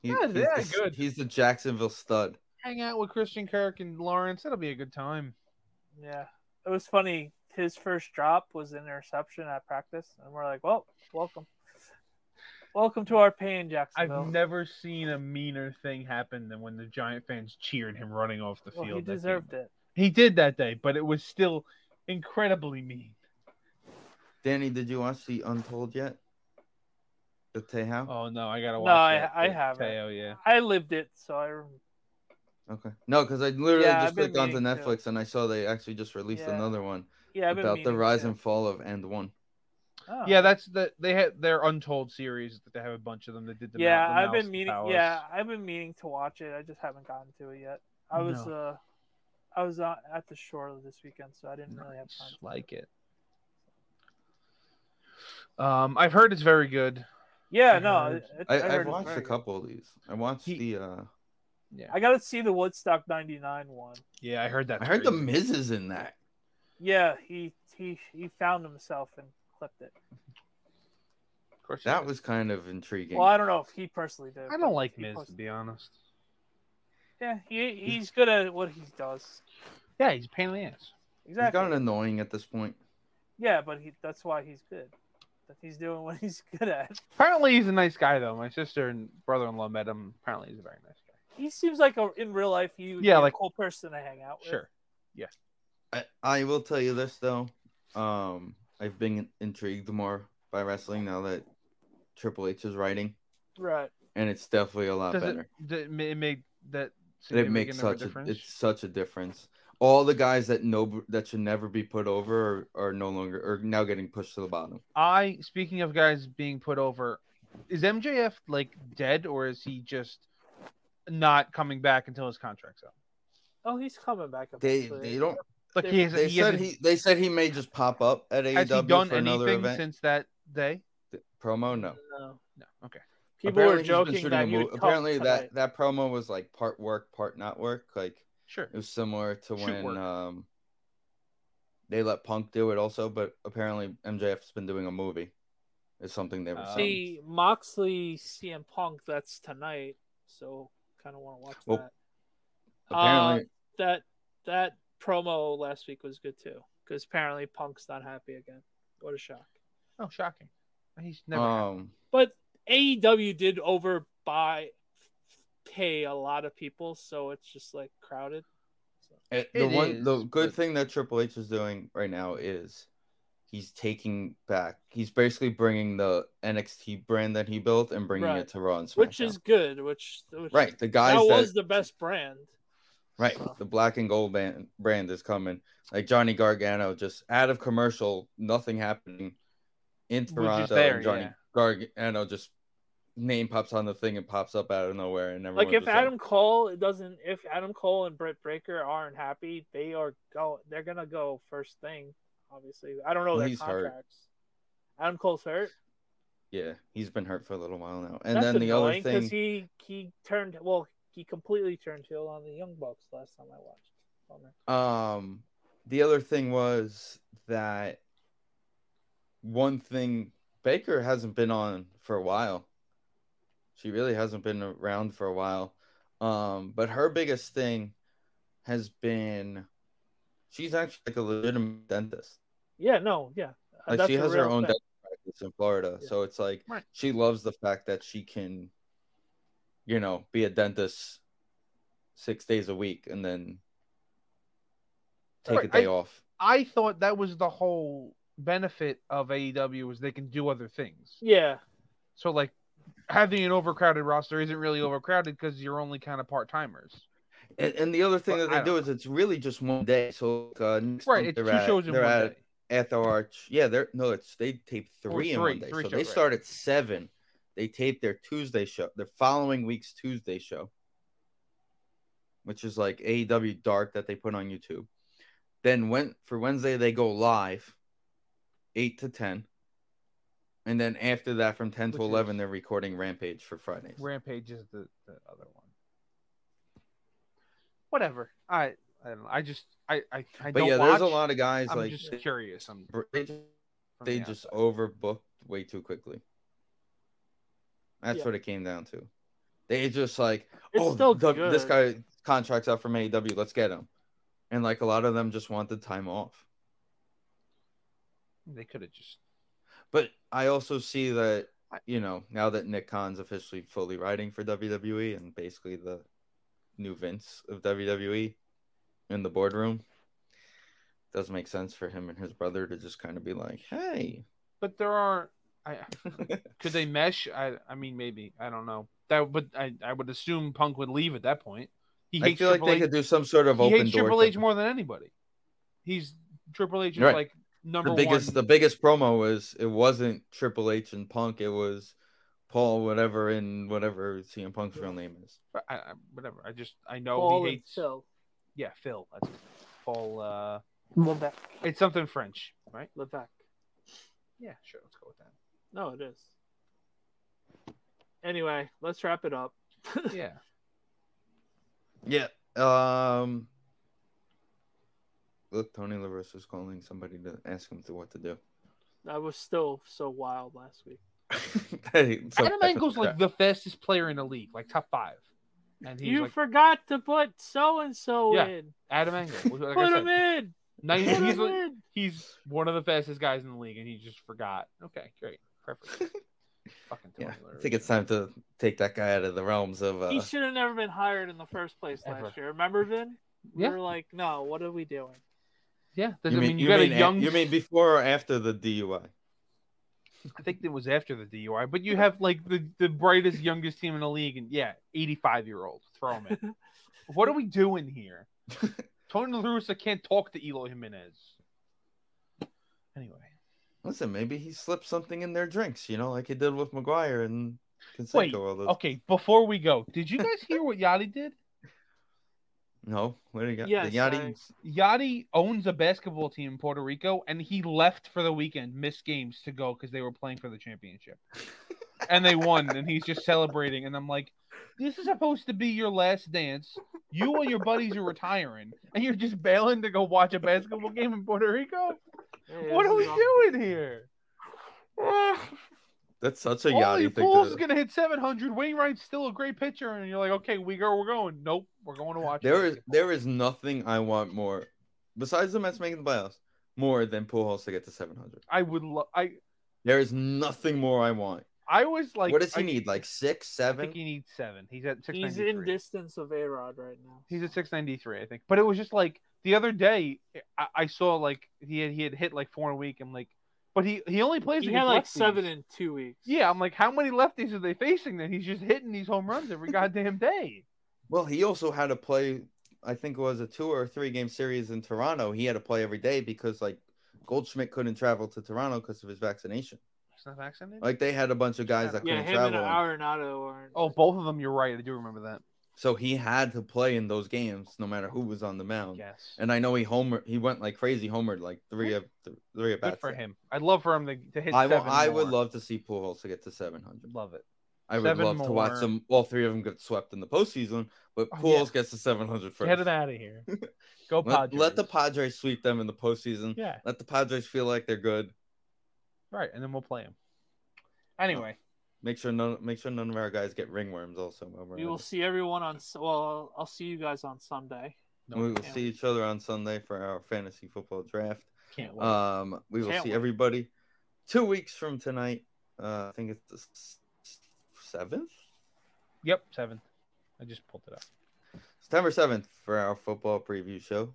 S1: He-
S2: Yeah,
S1: he's
S2: yeah,
S1: the, s-
S2: good.
S1: He's the Jacksonville stud.
S2: Hang out with Christian Kirk and Lawrence. That'll be a good time.
S3: Yeah, it was funny. His first drop was an interception at practice, and we're like, "Well, welcome, welcome to our pain,
S2: I've
S3: Jacksonville."
S2: never seen a meaner thing happen than when the Giant fans cheered him running off the
S3: well,
S2: field.
S3: he
S2: that
S3: deserved
S2: game.
S3: it.
S2: He did that day, but it was still incredibly mean.
S1: Danny, did you watch the Untold yet? The Tehow?
S2: Oh no, I gotta
S3: No,
S2: watch.
S3: I-
S2: that.
S3: I
S2: Teo,
S3: haven't.
S2: yeah.
S3: I lived it, so I. rem-
S1: Okay. No, because I literally
S3: Oh. Yeah, I've
S1: just
S3: been
S1: clicked onto
S3: meaning to.
S1: Netflix and I saw they actually just released
S3: Yeah.
S1: another one
S3: Yeah, I've been
S1: about the
S3: meaning
S1: rise
S3: to.
S1: and fall of End One.
S3: Oh.
S2: Yeah, that's the they had their untold series that they have a bunch of them that did the
S3: yeah,
S2: Mou- the
S3: I've
S2: Mouse
S3: been meaning.
S2: Palace.
S3: Yeah, I've been meaning to watch it. I just haven't gotten to it yet. I was
S2: No.
S3: uh, I was uh, at the shore this weekend, so I didn't really have time.
S2: Just like it. Um, I've heard it's very good.
S3: Yeah,
S2: I
S3: no,
S2: heard-
S3: it, it-
S1: I,
S3: heard
S1: I've
S3: it's
S1: watched a
S3: very good.
S1: couple of these. I watched
S2: He-
S1: the. uh
S2: Yeah,
S3: I gotta see the Woodstock '99 one.
S2: yeah, I heard that.
S1: I heard the Miz is in that.
S3: Yeah, he he he found himself and clipped it.
S2: Of course, it
S1: That
S2: is.
S1: was kind of intriguing.
S3: Well, I don't know if he personally did.
S2: I
S3: but
S2: don't like
S3: he
S2: Miz to
S3: posted-
S2: be honest.
S3: Yeah, he, he's good at what he does.
S2: Yeah, he's a pain in the ass.
S1: He's
S3: Exactly.
S1: gotten annoying at this point.
S3: Yeah, but he, that's why he's good. That he's doing what he's good at.
S2: Apparently, he's a nice guy though. My sister and brother-in-law met him. Apparently, he's a very nice guy.
S3: He seems like a in real life you
S2: Yeah,
S3: yeah
S2: like-
S3: like a cool person to hang out with.
S2: Sure.
S1: I, I will tell you this though. Um, I've been intrigued more by wrestling now that Triple H is writing,
S3: Right.
S1: and it's definitely a lot
S2: Does
S1: better.
S2: it, d- it ma- it make that
S1: And it
S2: significant
S1: makes
S2: of a
S1: such a,
S2: difference?
S1: it's such a difference. All the guys that no that should never be put over are, are no longer are now getting pushed to the bottom.
S2: I speaking of guys being put over, is MJF like dead or is he just not coming back until his contract's up?
S3: Oh, he's coming back.
S1: They
S3: eventually.
S1: they don't
S2: Like
S3: They-
S2: he, has,
S1: they
S2: he,
S1: said
S2: hasn't-
S1: he they said he may just pop up at
S2: has he
S1: AEW
S2: done
S1: for another
S2: anything
S1: event.
S2: since that day?
S1: Promo no.
S3: No.
S2: No. Okay.
S3: People
S1: Apparently
S3: were
S1: he's been
S3: joking
S1: shooting
S3: that
S1: a
S3: he
S1: mo-
S3: would
S1: apparently
S3: come
S1: that
S3: tonight.
S1: that promo was like part work, part not work. Like
S2: Sure.
S1: It was similar to
S2: Shoot
S1: when
S2: work.
S1: um they let Punk do it also, but apparently MJF's been doing a movie. It's something they were
S2: Uh,
S1: saying.
S3: See Moxley, CM Punk. That's tonight. So kind of want to watch
S1: Well,
S3: that. Uh,
S2: uh,
S1: Apparently,
S3: that that promo last week was good too because apparently Punk's not happy again. What a shock!
S2: Oh, shocking. He's never.
S1: um,
S3: But AEW did overbuy, pay a lot of people, so it's just like crowded. So,
S1: it- Eh, the
S2: It
S1: one the
S2: is,
S1: good
S2: but-
S1: thing that Triple H is doing right now is he's taking back. He's basically bringing the NXT brand that he built and bringing
S3: Right.
S1: it to Raw and SmackDown.
S3: which is good. Which, which
S1: right. The
S3: that
S1: guys that,
S3: was the best brand.
S1: Right.
S3: So-
S1: The black and gold band, brand is coming. Like Johnny Gargano, just out of commercial, nothing happening in
S2: just
S1: Toronto.
S2: there,
S1: and Johnny
S2: yeah.
S1: Gargano just name pops on the thing and pops up out of nowhere. And everyone
S3: Like if
S1: just
S3: Adam Cole doesn't, if Adam Cole and Britt Breaker aren't happy, they are go. They're gonna go first thing. Obviously, I don't know
S1: Well,
S3: their
S1: he's hurt.
S3: contracts. Adam Cole's hurt.
S1: yeah, he's been hurt for a little while now. And
S3: That's
S1: then the
S3: annoying,
S1: other
S3: 'cause
S1: thing,
S3: he he turned well, he completely turned heel on the Young Bucks last time I watched. Bummer.
S1: um, the other thing was that one thing Baker hasn't been on for a while. She really hasn't been around for a while. Um, but her biggest thing has been she's actually like a legitimate dentist.
S3: Yeah, no, yeah. Uh,
S1: Like
S3: that's
S1: she
S3: a
S1: has
S3: real
S1: her own
S3: thing.
S1: dental practice in Florida.
S3: Yeah.
S1: So it's like
S2: Right.
S1: she loves the fact that she can, you know, be a dentist six days a week and then take
S2: Right,
S1: a day
S2: I-
S1: off.
S2: I thought that was the whole benefit of AEW is they can do other things.
S3: Yeah,
S2: So like having an overcrowded roster isn't really overcrowded because you're only kind of part timers.
S1: And, and the other thing
S2: But
S1: that
S2: I
S1: they do is it's really just one day. So uh, next
S2: Right,
S1: month
S2: it's
S1: they're
S2: two
S1: at-
S2: shows in
S1: they're
S2: one
S1: at
S2: day.
S1: Ether Arch. Yeah, they're no, it's they tape
S2: Or
S1: three in one
S2: Oh, three-
S1: day. so
S2: three shows,
S1: they
S2: right.
S1: start at seven. They tape their Tuesday show, their following week's Tuesday show, which is like AEW Dark that they put on YouTube. Then when for Wednesday they go live, eight to ten, and then after that from ten to
S2: Which
S1: eleven
S2: is-
S1: they're recording Rampage for Fridays.
S2: Rampage is the, the other one. Whatever. I I don't know. I just I I, I
S1: but
S2: don't
S1: yeah,
S2: watch.
S1: there's a lot of guys
S2: I'm
S1: like
S2: just
S1: they-
S2: curious. I'm
S1: they just
S2: from
S1: they
S2: the
S1: just
S2: outside.
S1: overbooked way too quickly. That's
S3: Yeah.
S1: what it came down to. They just like,
S3: it's
S1: oh,
S3: still
S1: the-
S3: good.
S1: this guy contracts out from AEW. Let's get him. And like a lot of them just want the time off.
S2: they could have just
S1: But I also see that
S2: I-
S1: you know now that Nick Khan's officially fully writing for WWE and basically the new Vince of WWE in the boardroom. Does make sense for him and his brother to just kind of be like, "Hey,
S2: but there are I could they mesh? I I mean maybe. I don't know. That would I, I would assume Punk would leave at that point. He
S1: I
S2: hates
S1: feel like
S2: Triple
S1: they
S2: H.
S1: could do some sort of
S2: he
S1: open
S2: hates
S1: door."
S2: Triple
S1: type
S2: H
S1: of
S2: more than anybody. He's Triple H is
S1: Right.
S2: like number
S1: the biggest
S2: one.
S1: the biggest promo was it wasn't Triple H and Punk, it was Paul whatever and whatever CM Punk's real name is.
S2: I, I, whatever. I just I know
S3: Paul
S2: Oh, he
S3: and
S2: hates.
S3: Phil.
S2: Yeah, Phil. That's his name. Paul. Uh,
S3: Levesque.
S2: it's something French, right?
S3: Levesque.
S2: Yeah, sure. Let's go with that.
S3: No, it is. Anyway, let's wrap it up.
S2: Yeah.
S1: Yeah. Um look Tony LaRusso's calling somebody to ask him to what to do.
S3: I was still so wild last week.
S1: Hey, so-
S2: Adam Angle's like the fastest player in the league, like top five. And he's
S3: You
S2: like
S3: forgot to put so and so
S2: Yeah,
S3: in.
S2: Adam Angle. Like I
S3: put
S2: said,
S3: him in.
S2: nine-
S3: Put
S2: he's,
S3: him
S2: like-
S3: in.
S2: he's one of the fastest guys in the league, and he just forgot. Okay, great, perfect. Fucking Tony
S1: yeah, I
S2: Lillard.
S1: think it's time to take that guy out of the realms of uh
S3: He should have never been hired in the first place
S2: Ever.
S3: last year. Remember, Vin?
S2: Yeah.
S3: We were like, no, what are we doing?
S2: yeah.
S1: you
S2: does- I mean, you, got a
S1: a-
S2: young.
S1: you mean before or after the DUI?
S2: I think it was after the DUI, but you have like the, the brightest, youngest team in the league, and yeah, 85 year old. Throw him in. what are we doing here? Tony La Russa can't talk to Eloy Jimenez. Anyway,
S1: Listen, maybe he slipped something in their drinks, you know, like he did with McGuire and Canseco
S2: Wait,
S1: all those.
S2: okay, before we go, did you guys hear what Yachty did?
S1: No, what do you got?
S3: Yes,
S1: the Yachty
S3: I-
S2: Yachty owns a basketball team in Puerto Rico, and he left for the weekend, missed games to go because they were playing for the championship, and they won, and he's just celebrating. And I'm like, this is supposed to be your last dance. You and your buddies are retiring, and you're just bailing to go watch a basketball game in Puerto Rico.
S3: Hey,
S2: What
S3: this
S2: are we
S3: is awful.
S2: doing here?
S1: That's such a
S2: Only
S1: yachty thing.
S2: Fool's
S1: To...
S2: gonna hit 700. Wainwright's still a great pitcher, and you're like, okay, we go, we're going. Nope, we're going to watch.
S1: There is
S2: basketball.
S1: there is nothing I want more, besides the Mets making the playoffs, more than Pujols to get to seven hundred.
S2: I would love. I
S1: There is nothing more I want.
S2: I was like,
S1: what does he
S2: I-
S1: need? Like six,
S2: I think
S1: seven?
S2: he needs seven. He's at six.
S3: He's in distance of A Rod right now.
S2: He's at 693, I think. But it was just like the other day, I, I saw like he had he had hit like four in a week, and like, but he he only plays.
S3: He had
S2: against
S3: like
S2: lefties.
S3: seven in two weeks.
S2: Yeah, I'm like, how many lefties are they facing? Then he's just hitting these home runs every goddamn day.
S1: Well, he also had to play. I think it was a two or three game series in Toronto. He had to play every day because like Goldschmidt couldn't travel to Toronto because of his vaccination.
S2: He's not vaccinated.
S1: Like they had a bunch of guys that
S3: Yeah,
S1: couldn't
S3: him and
S1: travel. and-
S3: Arenado are.
S2: oh, both of them. You're right. I do remember that.
S1: So he had to play in those games no matter who was on the mound.
S2: Yes.
S1: Um, And I know he homer he went like crazy homered like three of th- three of
S2: Good
S1: bats.
S2: for him. I'd love for him to, to hit.
S1: I will,
S2: seven
S1: I would
S2: more.
S1: love to see Pujols to get to 700.
S2: love it.
S1: I would
S2: Seven
S1: love to watch
S2: more.
S1: them all three of them get swept in the postseason, but
S2: Oh,
S1: Pujols
S2: yeah.
S1: gets to 700 first.
S2: Get it out of here. Go
S1: let,
S2: Padres.
S1: let the Padres sweep them in the postseason.
S2: yeah.
S1: Let the Padres feel like they're good.
S2: Right, and then we'll play him.
S3: Anyway,
S1: Make sure none make sure none of our guys get ringworms also while we're
S3: we
S1: at
S3: will
S1: it.
S3: see everyone on. s- Well, I'll see you guys on Sunday.
S2: No,
S1: we will
S3: can't
S1: see each other on Sunday for our fantasy football draft.
S2: Can't wait.
S1: Um, we will
S3: Can't
S1: see
S3: wait.
S1: everybody two weeks from tonight. Uh, I think it's the s- seventh,
S2: yep, seventh. I just pulled it up.
S1: September seventh for our football preview show.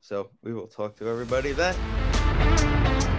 S1: So we will talk to everybody then.